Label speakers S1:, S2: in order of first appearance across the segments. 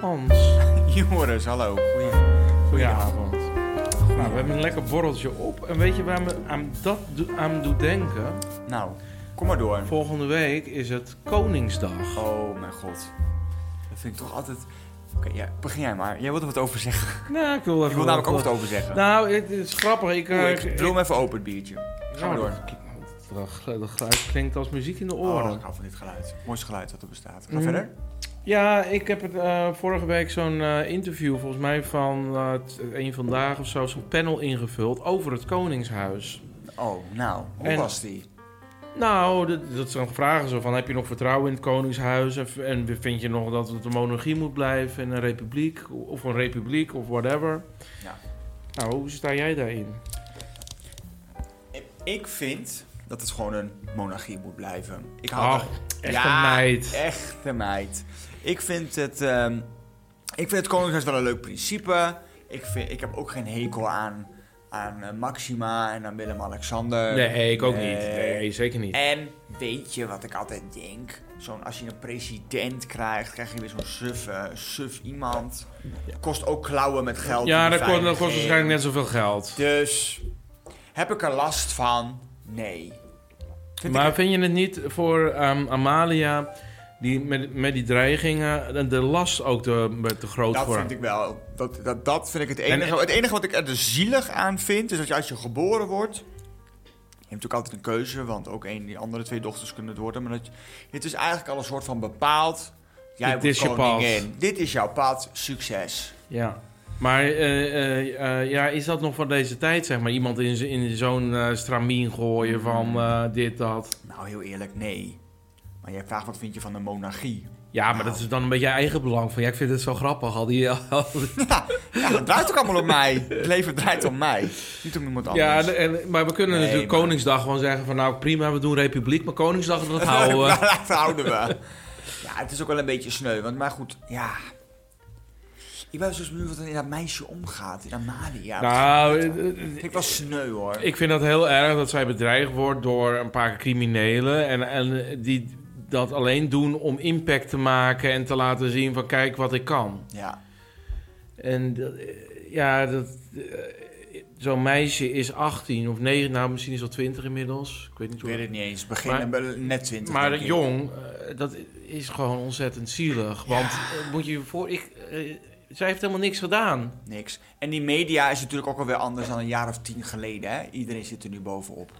S1: Hans.
S2: Jongens, hallo. Goeie, goedenavond.
S1: Nou, we hebben een lekker borreltje op. En weet je waar me aan dat do- aan doet denken?
S2: Nou, kom maar door.
S1: Volgende week is het Koningsdag.
S2: Oh mijn god. Dat vind ik toch altijd... Oké, ja, begin jij maar. Jij wilt er wat over zeggen.
S1: Nou, ik wil even
S2: Ik wil namelijk ook
S1: wat-
S2: wat over zeggen.
S1: Nou, het is grappig. Ik, eh,
S2: Oeh,
S1: ik-
S2: ik
S1: ik-
S2: wil hem even open, het biertje. Ga
S1: Nou,
S2: maar door.
S1: dat- Dat geluid- dat geluid klinkt als muziek in de
S2: Oh,
S1: oren.
S2: ik hou van dit geluid. Mooiste geluid dat er bestaat. Ga
S1: Mm.
S2: verder.
S1: Ja, ik heb het, eh, vorige week zo'n eh, interview, volgens mij van eh, t- een vandaag of zo, zo'n panel ingevuld over het Koningshuis.
S2: Oh, nou. Hoe
S1: En-
S2: was die?
S1: Nou, dat, dat zijn vragen zo van, heb je nog vertrouwen in het Koningshuis? En, v- en vind je nog dat het een monarchie moet blijven en een republiek? Of een republiek, of whatever.
S2: Ja.
S1: Nou, hoe sta jij daarin?
S2: Ik vind dat het gewoon een monarchie moet blijven. Ik hou
S1: Ach, echt een meid.
S2: Echte meid. Ik vind het, ehm, ik vind het Koningshuis wel een leuk principe. Ik, vind, ik heb ook geen hekel aan, aan eh, Maxima en aan Willem-Alexander.
S1: Nee, ik ook niet.
S2: Eh, Nee.
S1: Nee, zeker niet.
S2: En weet je wat ik altijd denk? Zo'n, als je een president krijgt, krijg je weer zo'n suf, eh, suf iemand. Kost ook klauwen met geld.
S1: Ja,
S2: en
S1: dat kost, dat kost
S2: beveiliging.
S1: waarschijnlijk net zoveel geld.
S2: Dus heb ik er last van? Nee. Vind
S1: maar
S2: ik-
S1: vind je het niet voor ehm, Amalia, die met, met die dreigingen, de- de last ook te, te groot
S2: dat
S1: voor?
S2: vind ik wel. Dat, dat, dat vind ik het
S1: En-
S2: enige. het enige wat ik er de zielig aan vind, is dat je als je geboren wordt. Je hebt natuurlijk altijd een keuze, want ook een die andere twee dochters kunnen het worden. Maar dat, je- het is eigenlijk al een soort van bepaald. Jij
S1: Dit
S2: wordt
S1: is je
S2: koningin. Dit is jouw pad. Succes.
S1: Ja. Maar eh, eh, eh, ja, is dat nog van deze tijd, zeg maar? Iemand in, z- in zo'n eh, stramien gooien van
S2: Mm.
S1: eh, dit, dat.
S2: Nou, heel eerlijk, nee. Maar jij vraagt wat vind je van de monarchie?
S1: Ja, maar dat is dan een beetje eigen belang. Van ja, ik vind het zo grappig. Al die, al die-
S2: Ja, ja, het draait ook allemaal om mij. Het leven draait om mij. Niet om iemand anders.
S1: ja, de- en, maar we kunnen
S2: Nee,
S1: natuurlijk
S2: maar-
S1: Koningsdag gewoon zeggen van nou prima, we doen Republiek, maar Koningsdag dat houden we.
S2: Dat houden we. Ja, het is ook wel een beetje sneu. Want, maar goed, ja. Ik ben zo benieuwd wat er in dat meisje omgaat. In Amalia.
S1: Nou, eh, eh,
S2: Vind ik wel sneu hoor.
S1: Ik vind dat heel erg dat zij bedreigd wordt door een paar criminelen. En, en die dat alleen doen om impact te maken en te laten zien van kijk wat ik kan.
S2: Ja.
S1: En dat, eh, ja, dat, eh, zo'n meisje is 18 of 9, nou misschien is al 20 inmiddels. Ik weet niet
S2: Ik
S1: hoe.
S2: weet het niet eens. Begin
S1: Maar-
S2: bij- net 20.
S1: maar
S2: denk ik.
S1: jong, eh, dat is gewoon ontzettend zielig. Want eh, moet je je voor... Ik, eh, zij heeft helemaal niks gedaan.
S2: Niks. En die media is natuurlijk ook alweer anders dan een jaar of tien geleden. Hè? Iedereen zit er nu bovenop.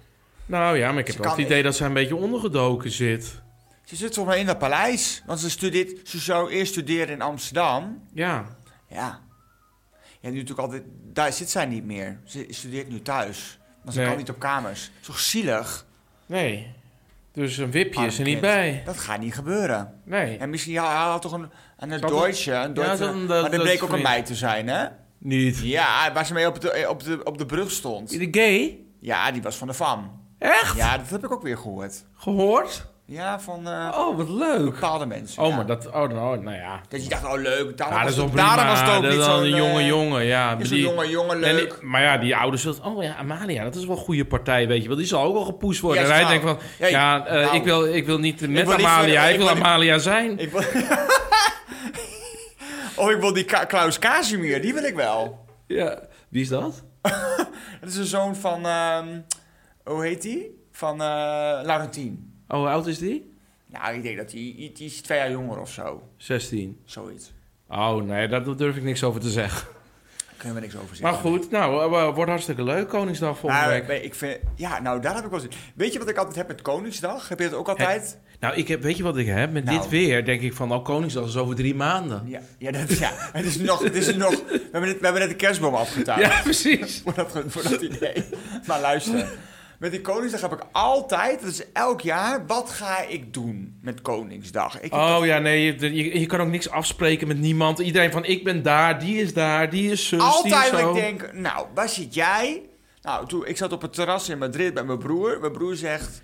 S1: Nou ja, maar ik heb
S2: Ze
S1: wel het
S2: kan
S1: idee dat zij een beetje ondergedoken zit.
S2: Ze zit volgens mij in dat paleis. Want ze, studeert, ze zou eerst studeren in Amsterdam.
S1: Ja,
S2: Ja. Ja, nu natuurlijk altijd... Daar zit zij niet meer. Ze studeert nu thuis. Maar ze
S1: Nee.
S2: kan niet op kamers. Toch zielig.
S1: nee. Dus een wipje is er niet
S2: Armkind.
S1: bij.
S2: Dat gaat niet gebeuren.
S1: Nee.
S2: Ah, En misschien ja, hij had toch een, een, een
S1: Zal dat-
S2: Deutsche. Een Deutsche
S1: zal een- dat-
S2: maar
S1: dat
S2: dat bleek ook
S1: vriend.
S2: een meid te zijn, hè?
S1: Niet.
S2: Ja, waar ze mee op de, op de, op de brug stond.
S1: De gay?
S2: Ja, die was van de FAM.
S1: Echt?
S2: Ja, dat heb ik ook weer gehoord.
S1: Gehoord?
S2: Ja, van eh,
S1: Oh, wat leuk.
S2: bepaalde mensen.
S1: Oh,
S2: ja.
S1: maar dat... Oh, nou, nou ja.
S2: Dat je dacht, oh leuk, daarom,
S1: Ja, dat
S2: was,
S1: is wel
S2: het,
S1: prima.
S2: daarom was het ook
S1: dat
S2: niet
S1: is dan
S2: zo'n...
S1: een jonge
S2: eh,
S1: jongen, ja.
S2: Is een
S1: die-
S2: jonge jongen
S1: en
S2: leuk.
S1: die- maar ja, die ouders zullen... Oh ja, Amalia, dat is wel een goede partij, weet je wel. Die zal ook wel gepoest worden.
S2: Ja,
S1: en hij
S2: nou,
S1: denkt van...
S2: hey,
S1: ja, eh,
S2: nou.
S1: ik, wil, ik wil niet met
S2: wil niet
S1: Amalia.
S2: verder-
S1: ik
S2: ik
S1: wil
S2: wil niet-
S1: Amalia zijn.
S2: Ik wil... oh, ik wil die Ka- Klaus Casimir, die wil ik wel.
S1: Ja. Wie is dat?
S2: Dat is een zoon van, ehm, hoe heet die? Van eh Laurentien.
S1: Oh, hoe oud is die?
S2: Nou, ik denk dat die, die die is twee jaar jonger of zo.
S1: 16.
S2: Zoiets.
S1: Oh, nee, daar daar durf ik niks over te zeggen.
S2: Daar kunnen we niks over zeggen.
S1: Maar goed, nou, eh, wordt hartstikke leuk, Koningsdag volgende
S2: Maar,
S1: week.
S2: nee, ik vind, ja, nou, daar heb ik wel zin in. Weet je wat ik altijd heb met Koningsdag? Heb je dat ook altijd?
S1: Nou, ik heb, weet je wat ik heb? Met
S2: Nou.
S1: dit weer denk ik van, nou, Koningsdag is over drie maanden.
S2: Ja, ja, dat, ja. het is nog... Het is nog we, hebben net, we hebben net de kerstboom afgetuigd.
S1: Ja, precies.
S2: voor dat, voor dat idee. Maar luister, met die Koningsdag heb ik altijd, dat is elk jaar, wat ga ik doen met Koningsdag? Ik,
S1: Oh ja, nee, je, je, je kan ook niks afspreken met niemand. Iedereen van, ik ben daar, die is daar, die is zus, die is
S2: altijd dat
S1: zo.
S2: ik denk, nou, waar zit jij? Nou, toen, ik zat op het terras in Madrid bij mijn broer. Mijn broer zegt,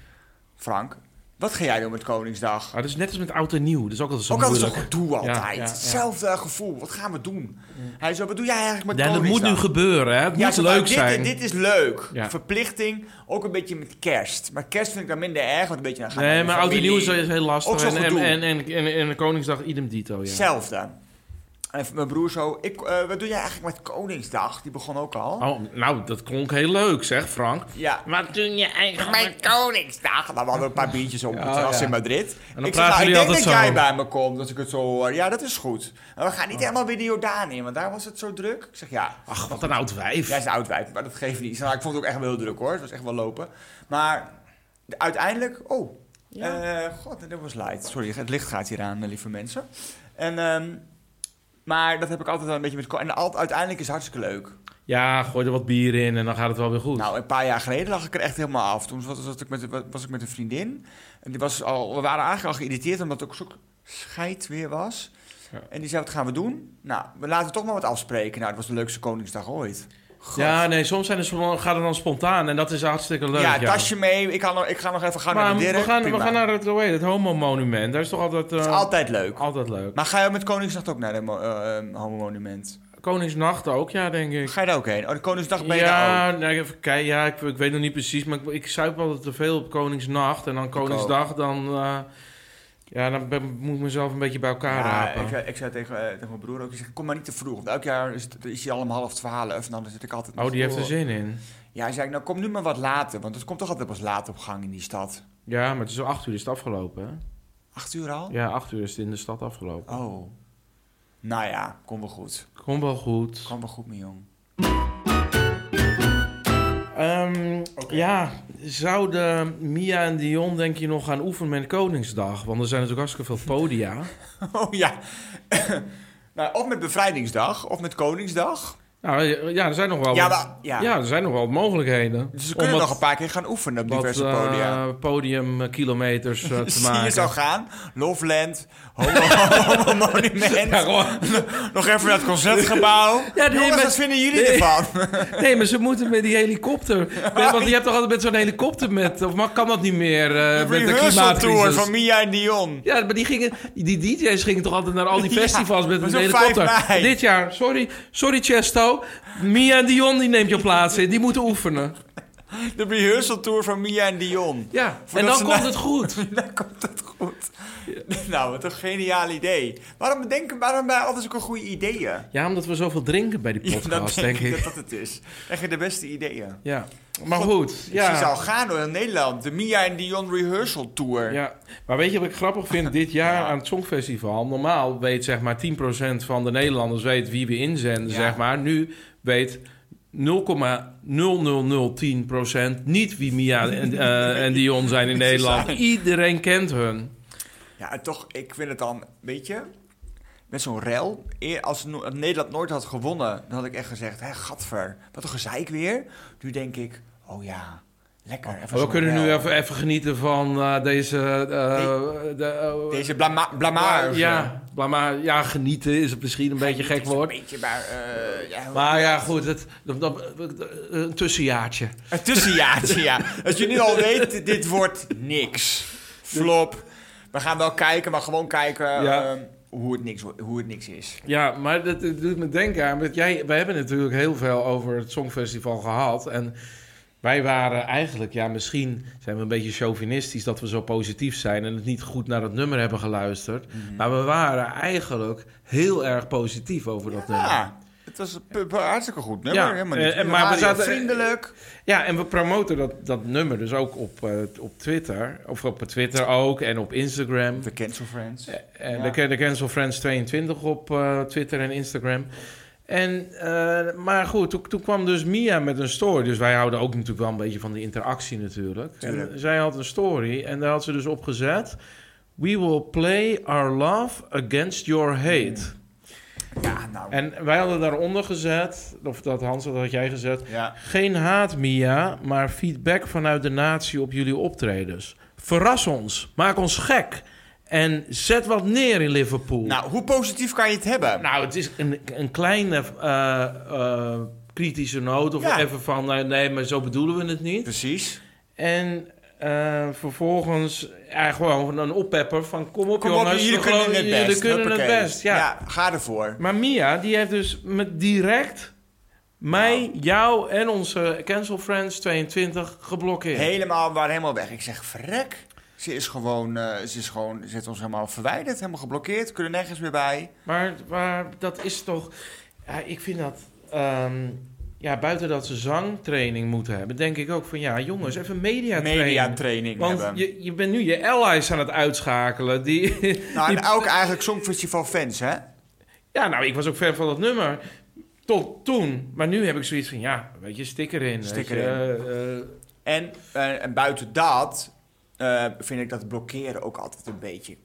S2: Frank, wat ga jij doen met Koningsdag?
S1: Ah, dat is net als met oud en nieuw, dat is ook altijd zo
S2: Ook altijd zo'n
S1: moeilijk.
S2: gedoe altijd.
S1: Ja, ja, ja.
S2: Hetzelfde gevoel. Wat gaan we doen? Hij zo, wat doe jij eigenlijk met
S1: Ja, dat
S2: Koningsdag?
S1: moet nu gebeuren, hè. Het moet
S2: zo van,
S1: leuk
S2: dit,
S1: zijn.
S2: Dit is leuk.
S1: Ja.
S2: Verplichting. Ook een beetje met kerst. Maar kerst vind ik dan minder erg. Want een beetje dan gaan
S1: nee,
S2: we
S1: maar
S2: naar de
S1: oud en nieuw is
S2: familie.
S1: heel
S2: Ook
S1: lastig.
S2: zo'n
S1: En, en,
S2: gedoe.
S1: en, en, en, en Koningsdag idem dito, ja.
S2: Hetzelfde. En mijn broer zo, ik, eh, wat doe jij eigenlijk met Koningsdag? Die begon ook al.
S1: Oh, nou, dat klonk heel leuk, zeg Frank.
S2: Ja.
S1: Wat doe je eigenlijk?
S2: Mijn Koningsdag. Nou, we hadden een paar biertjes op het
S1: Ja,
S2: terras
S1: ja.
S2: in Madrid.
S1: dan
S2: ik
S1: praten
S2: nou, ik
S1: jullie
S2: denk dat
S1: altijd zo.
S2: jij bij me komt, dat ik het zo hoor. Ja, dat is goed. En we gaan
S1: Oh.
S2: niet helemaal weer de Jordaan in, want daar was het zo druk. Ik zeg, ja,
S1: Ach, wat een oud wijf.
S2: jij is een oud wijf, maar dat geeft niet. Nou, ik vond het ook echt wel heel druk hoor, het was echt wel lopen. Maar de- uiteindelijk, oh, eh, god, dat was light. Sorry, het licht gaat hier aan, eh, lieve mensen. En, ehm, maar dat heb ik altijd wel een beetje met... ko- En al- uiteindelijk is het hartstikke leuk.
S1: Ja, gooi er wat bier in en dan gaat het wel weer goed.
S2: Nou, een paar jaar geleden lag ik er echt helemaal af. Toen was, was ik, met, was ik met een vriendin. En die was al, we waren eigenlijk al geïrriteerd omdat het ook zo'n scheid weer was.
S1: Ja.
S2: En die zei, wat gaan we doen? Nou, we laten toch maar wat afspreken. Nou, het was de leukste Koningsdag ooit.
S1: ja, nee, soms zijn er, spo- gaat het dan spontaan en dat is hartstikke leuk.
S2: ja, tasje mee. Ik, ga nog, ik ga nog even gaan
S1: maar
S2: naar de
S1: we
S2: Dirk.
S1: gaan, we
S2: Prima.
S1: gaan naar het, hoe heet het homo-monument. Daar is toch altijd,
S2: Dat
S1: eh,
S2: is altijd leuk.
S1: altijd leuk.
S2: Maar ga je met Koningsdag ook naar de mo- eh, eh, homo-monument?
S1: Koningsnacht ook, ja, denk ik.
S2: Ga je daar ook heen? Oh, de Koningsdag ben je daar ook.
S1: Ja, nee, even kijken. Ja, ik, ik weet nog niet precies, maar ik, ik zuip altijd te veel op Koningsnacht. En dan Koningsdag, dan, eh, ja, dan ben- moet ik mezelf een beetje bij elkaar
S2: Ja,
S1: rapen.
S2: ik, zei- ik zei tegen, eh, tegen mijn broer ook, ik zeg, kom maar niet te vroeg. Want elk jaar is, het, is hij al om half twaalf en dan zit ik altijd...
S1: Oh, die heeft
S2: voor.
S1: er zin in.
S2: Ja, hij zei, nou kom nu maar wat later, want het komt toch altijd pas laat op gang in die stad.
S1: Ja, maar het is al acht uur is het afgelopen. hè?
S2: Acht uur al?
S1: Ja, acht uur is het in de stad afgelopen.
S2: Oh. Nou ja, kom wel goed.
S1: Komt wel goed.
S2: Kom wel goed, mijn jong.
S1: Ehm, Ja, zouden Mia en Dion denk je nog gaan oefenen met Koningsdag? Want er zijn natuurlijk hartstikke veel podia.
S2: Oh ja. nou, of met Bevrijdingsdag, of met Koningsdag.
S1: nou ja, er zijn nog wel,
S2: Ja,
S1: wat-
S2: maar- ja.
S1: er zijn nog wel wat mogelijkheden.
S2: Dus we
S1: om
S2: kunnen
S1: wat-
S2: nog een paar keer gaan oefenen op
S1: wat,
S2: diverse
S1: eh,
S2: podia.
S1: podiumkilometers eh, te
S2: Zie je
S1: maken.
S2: zo gaan? Loveland, Homo, homo Monument.
S1: Ja, gewoon-
S2: Nog even naar het concertgebouw.
S1: Ja, nee,
S2: Jongens,
S1: maar-
S2: wat vinden jullie
S1: nee.
S2: ervan?
S1: Nee, maar ze moeten met die helikopter. Nee, want je hebt toch altijd met zo'n helikopter met... Of maar kan dat niet meer eh, met de
S2: Rehearsal tour
S1: klimaatcrisis?
S2: van Mia en Dion.
S1: Ja, maar die, gingen, die, die DJ's gingen toch altijd naar al die
S2: Ja,
S1: festivals met
S2: maar
S1: een
S2: zo'n
S1: helikopter.
S2: 5 mei.
S1: Dit jaar, sorry, sorry Chesto. Mia en Dion die neemt je plaats in. Die moeten oefenen.
S2: De rehearsal tour van Mia en Dion.
S1: Ja, en
S2: Voordat
S1: dan
S2: ze
S1: komt
S2: naar-
S1: het goed.
S2: Dan komt het goed. Nou, wat een geniaal idee. Waarom denken waarom eh, bij altijd zulke goede ideeën?
S1: Ja, omdat we zoveel drinken bij die
S2: Ja, dan
S1: podcast, denk ik.
S2: dat dat het is. Echt de beste ideeën.
S1: Ja, maar goed.
S2: Ze zou
S1: Ja.
S2: gaan door heel Nederland. De Mia en Dion rehearsal tour.
S1: Ja, maar weet je wat ik grappig vind dit jaar aan het Songfestival? Normaal weet zeg maar 10% van de Nederlanders weet wie we inzenden,
S2: Ja.
S1: zeg maar. Nu weet 0,00010% niet wie Mia en, eh, en Dion zijn in
S2: Ze
S1: Nederland.
S2: zijn.
S1: Iedereen kent hun.
S2: Ja, en toch, ik vind het dan, weet je, met zo'n rel. eer- Als No- Nederland nooit had gewonnen, dan had ik echt gezegd: hé, gadver, wat een gezeik weer. Nu denk ik: oh ja, lekker. even
S1: Oh, we
S2: zo'n
S1: kunnen nu
S2: rel.
S1: even, even genieten van eh, deze... eh, de, eh,
S2: Deze blama blamage.
S1: ja, maar, maar ja, genieten is het misschien een beetje
S2: Het
S1: gek
S2: is een
S1: woord.
S2: beetje, maar, eh, ja, hoe-
S1: Maar ja, goed, het, dat- dat- een tussenjaartje.
S2: Een tussenjaartje, ja. Als jullie al weten, dit wordt niks. Flop. We gaan wel kijken, maar gewoon kijken
S1: Ja.
S2: ehm, hoe, het niks, wo- hoe het niks is.
S1: Ja, maar dat, dat doet me denken aan. Want jij, wij hebben natuurlijk heel veel over het Songfestival gehad. En wij waren eigenlijk, ja, misschien zijn we een beetje chauvinistisch dat we zo positief zijn en het niet goed naar het nummer hebben geluisterd. Maar we waren eigenlijk heel erg positief over dat nummer.
S2: Ja, het was een pu- pu- hartstikke goed nummer.
S1: Ja,
S2: helemaal
S1: eh,
S2: niet.
S1: en- maar we
S2: Radio
S1: zaten-
S2: vriendelijk.
S1: Ja, en we promoten dat, dat nummer dus ook op, eh, op Twitter. Of op Twitter ook en op Instagram.
S2: We cancel friends.
S1: En
S2: Ja.
S1: Eh, de, Can- de Cancel Friends 22 op eh, Twitter en Instagram. En, eh, maar goed, toen, toen kwam dus Mia met een story. Dus wij houden ook natuurlijk wel een beetje van die interactie natuurlijk.
S2: Tuurlijk.
S1: En zij had een story en daar had ze dus op gezet... We will play our love against your hate.
S2: Ja, nou.
S1: En wij hadden daaronder gezet, of dat Hans, dat had jij gezet...
S2: Ja.
S1: Geen haat, Mia, maar feedback vanuit de natie op jullie optredens. Verras ons, maak ons gek en zet wat neer in Liverpool.
S2: Nou, hoe positief kan je het hebben?
S1: Nou, het is een, een kleine eh, eh, kritische noot. Of
S2: Ja.
S1: even van, eh, nee, maar zo bedoelen we het niet.
S2: Precies.
S1: En eh, vervolgens ja, gewoon een oppepper van... Kom op,
S2: Kom op,
S1: jongens,
S2: jullie
S1: we
S2: kunnen
S1: geloven-
S2: het best.
S1: jullie kunnen het
S2: Hoppakee.
S1: best, ja.
S2: ga ervoor.
S1: Maar Mia, die heeft dus met direct mij, jou en onze Cancel Friends 22 geblokkeerd.
S2: Helemaal, we waren helemaal weg. Ik zeg, vrek. Ze is gewoon, eh, ze is gewoon, ze heeft ons helemaal verwijderd, helemaal geblokkeerd, kunnen nergens meer bij.
S1: Maar, maar dat is toch... Ja, ik vind dat... ehm, ja, buiten dat ze zangtraining moeten hebben... denk ik ook van... Ja, jongens, even mediatraining.
S2: Mediatraining
S1: Want
S2: hebben.
S1: je, je bent nu je allies aan het uitschakelen. Die,
S2: nou, en
S1: die-
S2: ook eigenlijk Songfestival fans, hè?
S1: ja, nou, ik was ook fan van dat nummer. Tot toen. Maar nu heb ik zoiets van... Ja, weet je, stik erin. weet
S2: Stik
S1: je,
S2: erin.
S1: eh, eh,
S2: En, eh, en buiten dat eh, vind ik dat blokkeren ook altijd een beetje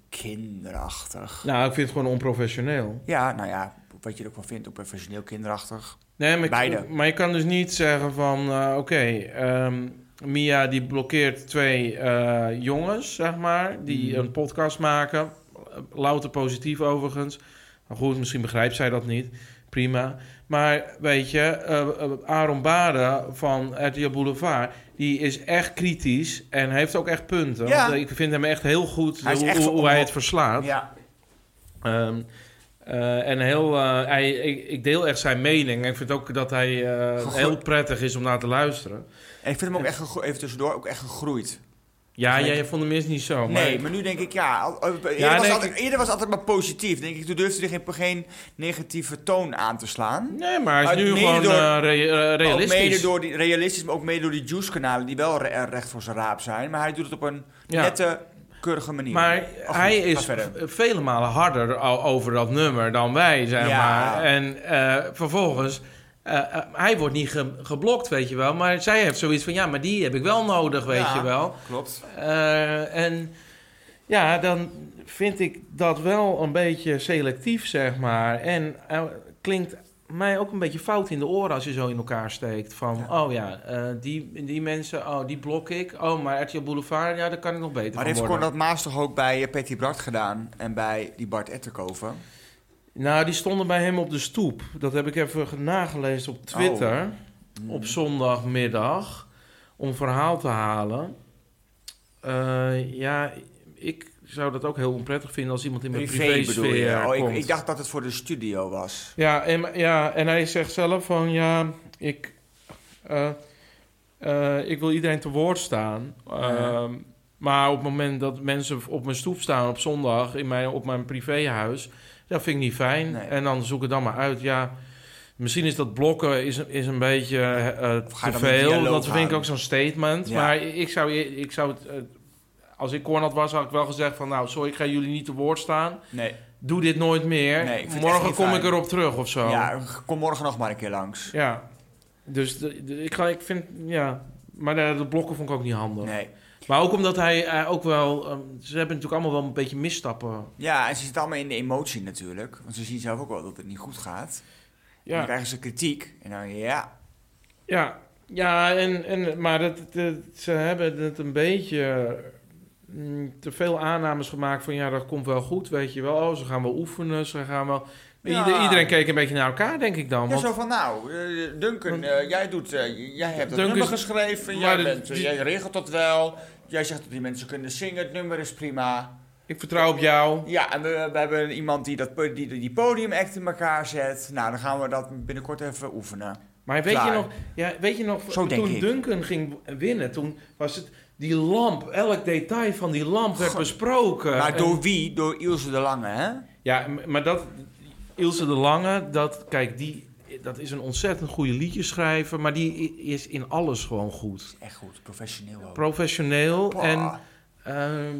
S2: kinderachtig.
S1: nou, ik vind het gewoon onprofessioneel.
S2: Ja, nou ja, wat je er ook van vindt, ook professioneel kinderachtig.
S1: Nee, maar,
S2: Beide.
S1: maar je kan dus niet zeggen van... eh, Oké, ehm, Mia die blokkeert twee eh, jongens, zeg maar... die
S2: Mhm.
S1: een podcast maken. Louter positief overigens. Maar goed, misschien begrijpt zij dat niet. Prima. Maar weet je, eh, eh, Aaron Baden van RTL Boulevard... die is echt kritisch en heeft ook echt punten.
S2: Ja.
S1: Want ik vind hem echt heel goed
S2: Hij is
S1: hoe,
S2: echt
S1: hoe- hoe hij
S2: op-
S1: het verslaat.
S2: Ja,
S1: Ehm, eh, en heel, eh, hij, ik, ik deel echt zijn mening. En ik vind ook dat hij eh,
S2: Gegro-
S1: heel prettig is om naar te luisteren.
S2: en ik vind hem ook echt, gegro- even tussendoor, ook echt gegroeid.
S1: Ja,
S2: Gelijk.
S1: jij vond hem eerst niet zo. Maar
S2: Nee, maar nu denk ik, ja, al- al- eerder, was
S1: Oh, nee,
S2: altijd, eerder was altijd maar positief. Denk ik, toen durfde hij geen, geen negatieve toon aan te slaan.
S1: nee, maar hij
S2: Maar
S1: is nu
S2: mede
S1: gewoon
S2: door-
S1: eh, re- eh, realistisch.
S2: Ook mede door die realistisch, maar ook mede door die juice-kanalen die wel re- eh, recht voor zijn raap zijn. Maar hij doet het op een
S1: Ja.
S2: nette, keurige manier.
S1: Maar
S2: Of goed,
S1: hij
S2: ga
S1: is
S2: verder.
S1: v- vele malen harder o- over dat nummer dan wij, zeg
S2: Ja.
S1: maar. En eh, vervolgens, eh, eh, hij wordt niet ge- geblokt, weet je wel. Maar zij heeft zoiets van, ja, maar die heb ik wel nodig, weet
S2: Ja.
S1: je wel.
S2: Klopt.
S1: Eh, en ja, dan vind ik dat wel een beetje selectief, zeg maar. En eh, klinkt mij ook een beetje fout in de oren als je zo in elkaar steekt. Van, oh ja, eh, die, die mensen, oh, die blok ik. Oh, maar RTL Boulevard, ja, daar kan ik nog beter
S2: Maar
S1: van
S2: heeft
S1: worden.
S2: Cor dat Maas toch ook bij eh, Patty Bart gedaan en bij die Bart Etterkoven?
S1: Nou, die stonden bij hem op de stoep. Dat heb ik even ge- nagelezen op Twitter.
S2: Hm.
S1: op zondagmiddag om verhaal te halen. Eh, ja, ik zou dat ook heel onprettig vinden als iemand in mijn
S2: privé bedoel
S1: privésfeer
S2: je. Oh, ik,
S1: komt.
S2: ik dacht dat het voor de studio was.
S1: ja, en, ja, en hij zegt zelf van ja, ik, eh, eh, ik wil iedereen te woord staan. Ehm, Maar op het moment dat mensen op mijn stoep staan op zondag in mijn, op mijn privéhuis, dat vind ik niet fijn.
S2: Nee.
S1: En dan zoek ik het dan maar uit. Ja, misschien is dat blokken is, is een beetje eh, eh,
S2: Of ga je
S1: te
S2: dan met
S1: veel.
S2: dialoog
S1: Dat vind ik
S2: aan?
S1: ook zo'n statement.
S2: Ja.
S1: Maar ik zou, ik zou het, eh, als ik Cornat was, had ik wel gezegd van nou, sorry, ik ga jullie niet te woord staan.
S2: Nee.
S1: Doe dit nooit meer.
S2: Nee, ik vind het echt
S1: Morgen
S2: niet
S1: kom
S2: fijn.
S1: ik erop terug of zo.
S2: Ja, kom morgen nog maar een keer langs.
S1: Ja. Dus de- de- ik, ga, ik vind, ja. Maar de, de blokken vond ik ook niet handig.
S2: Nee.
S1: Maar ook omdat hij eh, ook wel. ehm, ze hebben natuurlijk allemaal wel een beetje misstappen.
S2: Ja, en ze zitten allemaal in de emotie natuurlijk. Want ze zien zelf ook wel dat het niet goed gaat. Dan
S1: Ja,
S2: krijgen ze kritiek. En dan, ja.
S1: ja, ja en, en, maar dat, dat- ze hebben het een beetje mm, te veel aannames gemaakt van ja, dat komt wel goed, weet je wel. Oh, ze gaan wel oefenen, ze gaan wel.
S2: Ja.
S1: Ieder- iedereen keek een beetje naar elkaar, denk ik dan.
S2: ja
S1: Want,
S2: zo van, nou, eh, Duncan,
S1: Want-
S2: eh, jij, doet, eh, jij hebt het
S1: Duncan
S2: nummer
S1: is-
S2: geschreven.
S1: maar
S2: Jij,
S1: de-
S2: bent, eh,
S1: die-
S2: jij regelt dat wel. Jij zegt dat die mensen kunnen zingen. Het nummer is prima.
S1: ik vertrouw op jou.
S2: Ja, en we, we hebben iemand die, dat, die die podiumact in elkaar zet. Nou, dan gaan we dat binnenkort even oefenen.
S1: Maar weet je
S2: Klaar.
S1: nog, ja, weet je nog
S2: Zo denk
S1: toen
S2: ik.
S1: Duncan ging winnen, toen was het die lamp, elk detail van die lamp werd
S2: Goh.
S1: besproken.
S2: maar
S1: En-
S2: door wie? Door Ilse de Lange, hè?
S1: Ja, m- maar dat Ilse de Lange, dat kijk die dat is een ontzettend goede liedjeschrijver, maar die i- is in alles gewoon goed.
S2: Echt goed, professioneel ook.
S1: Professioneel
S2: Bah.
S1: en ehm,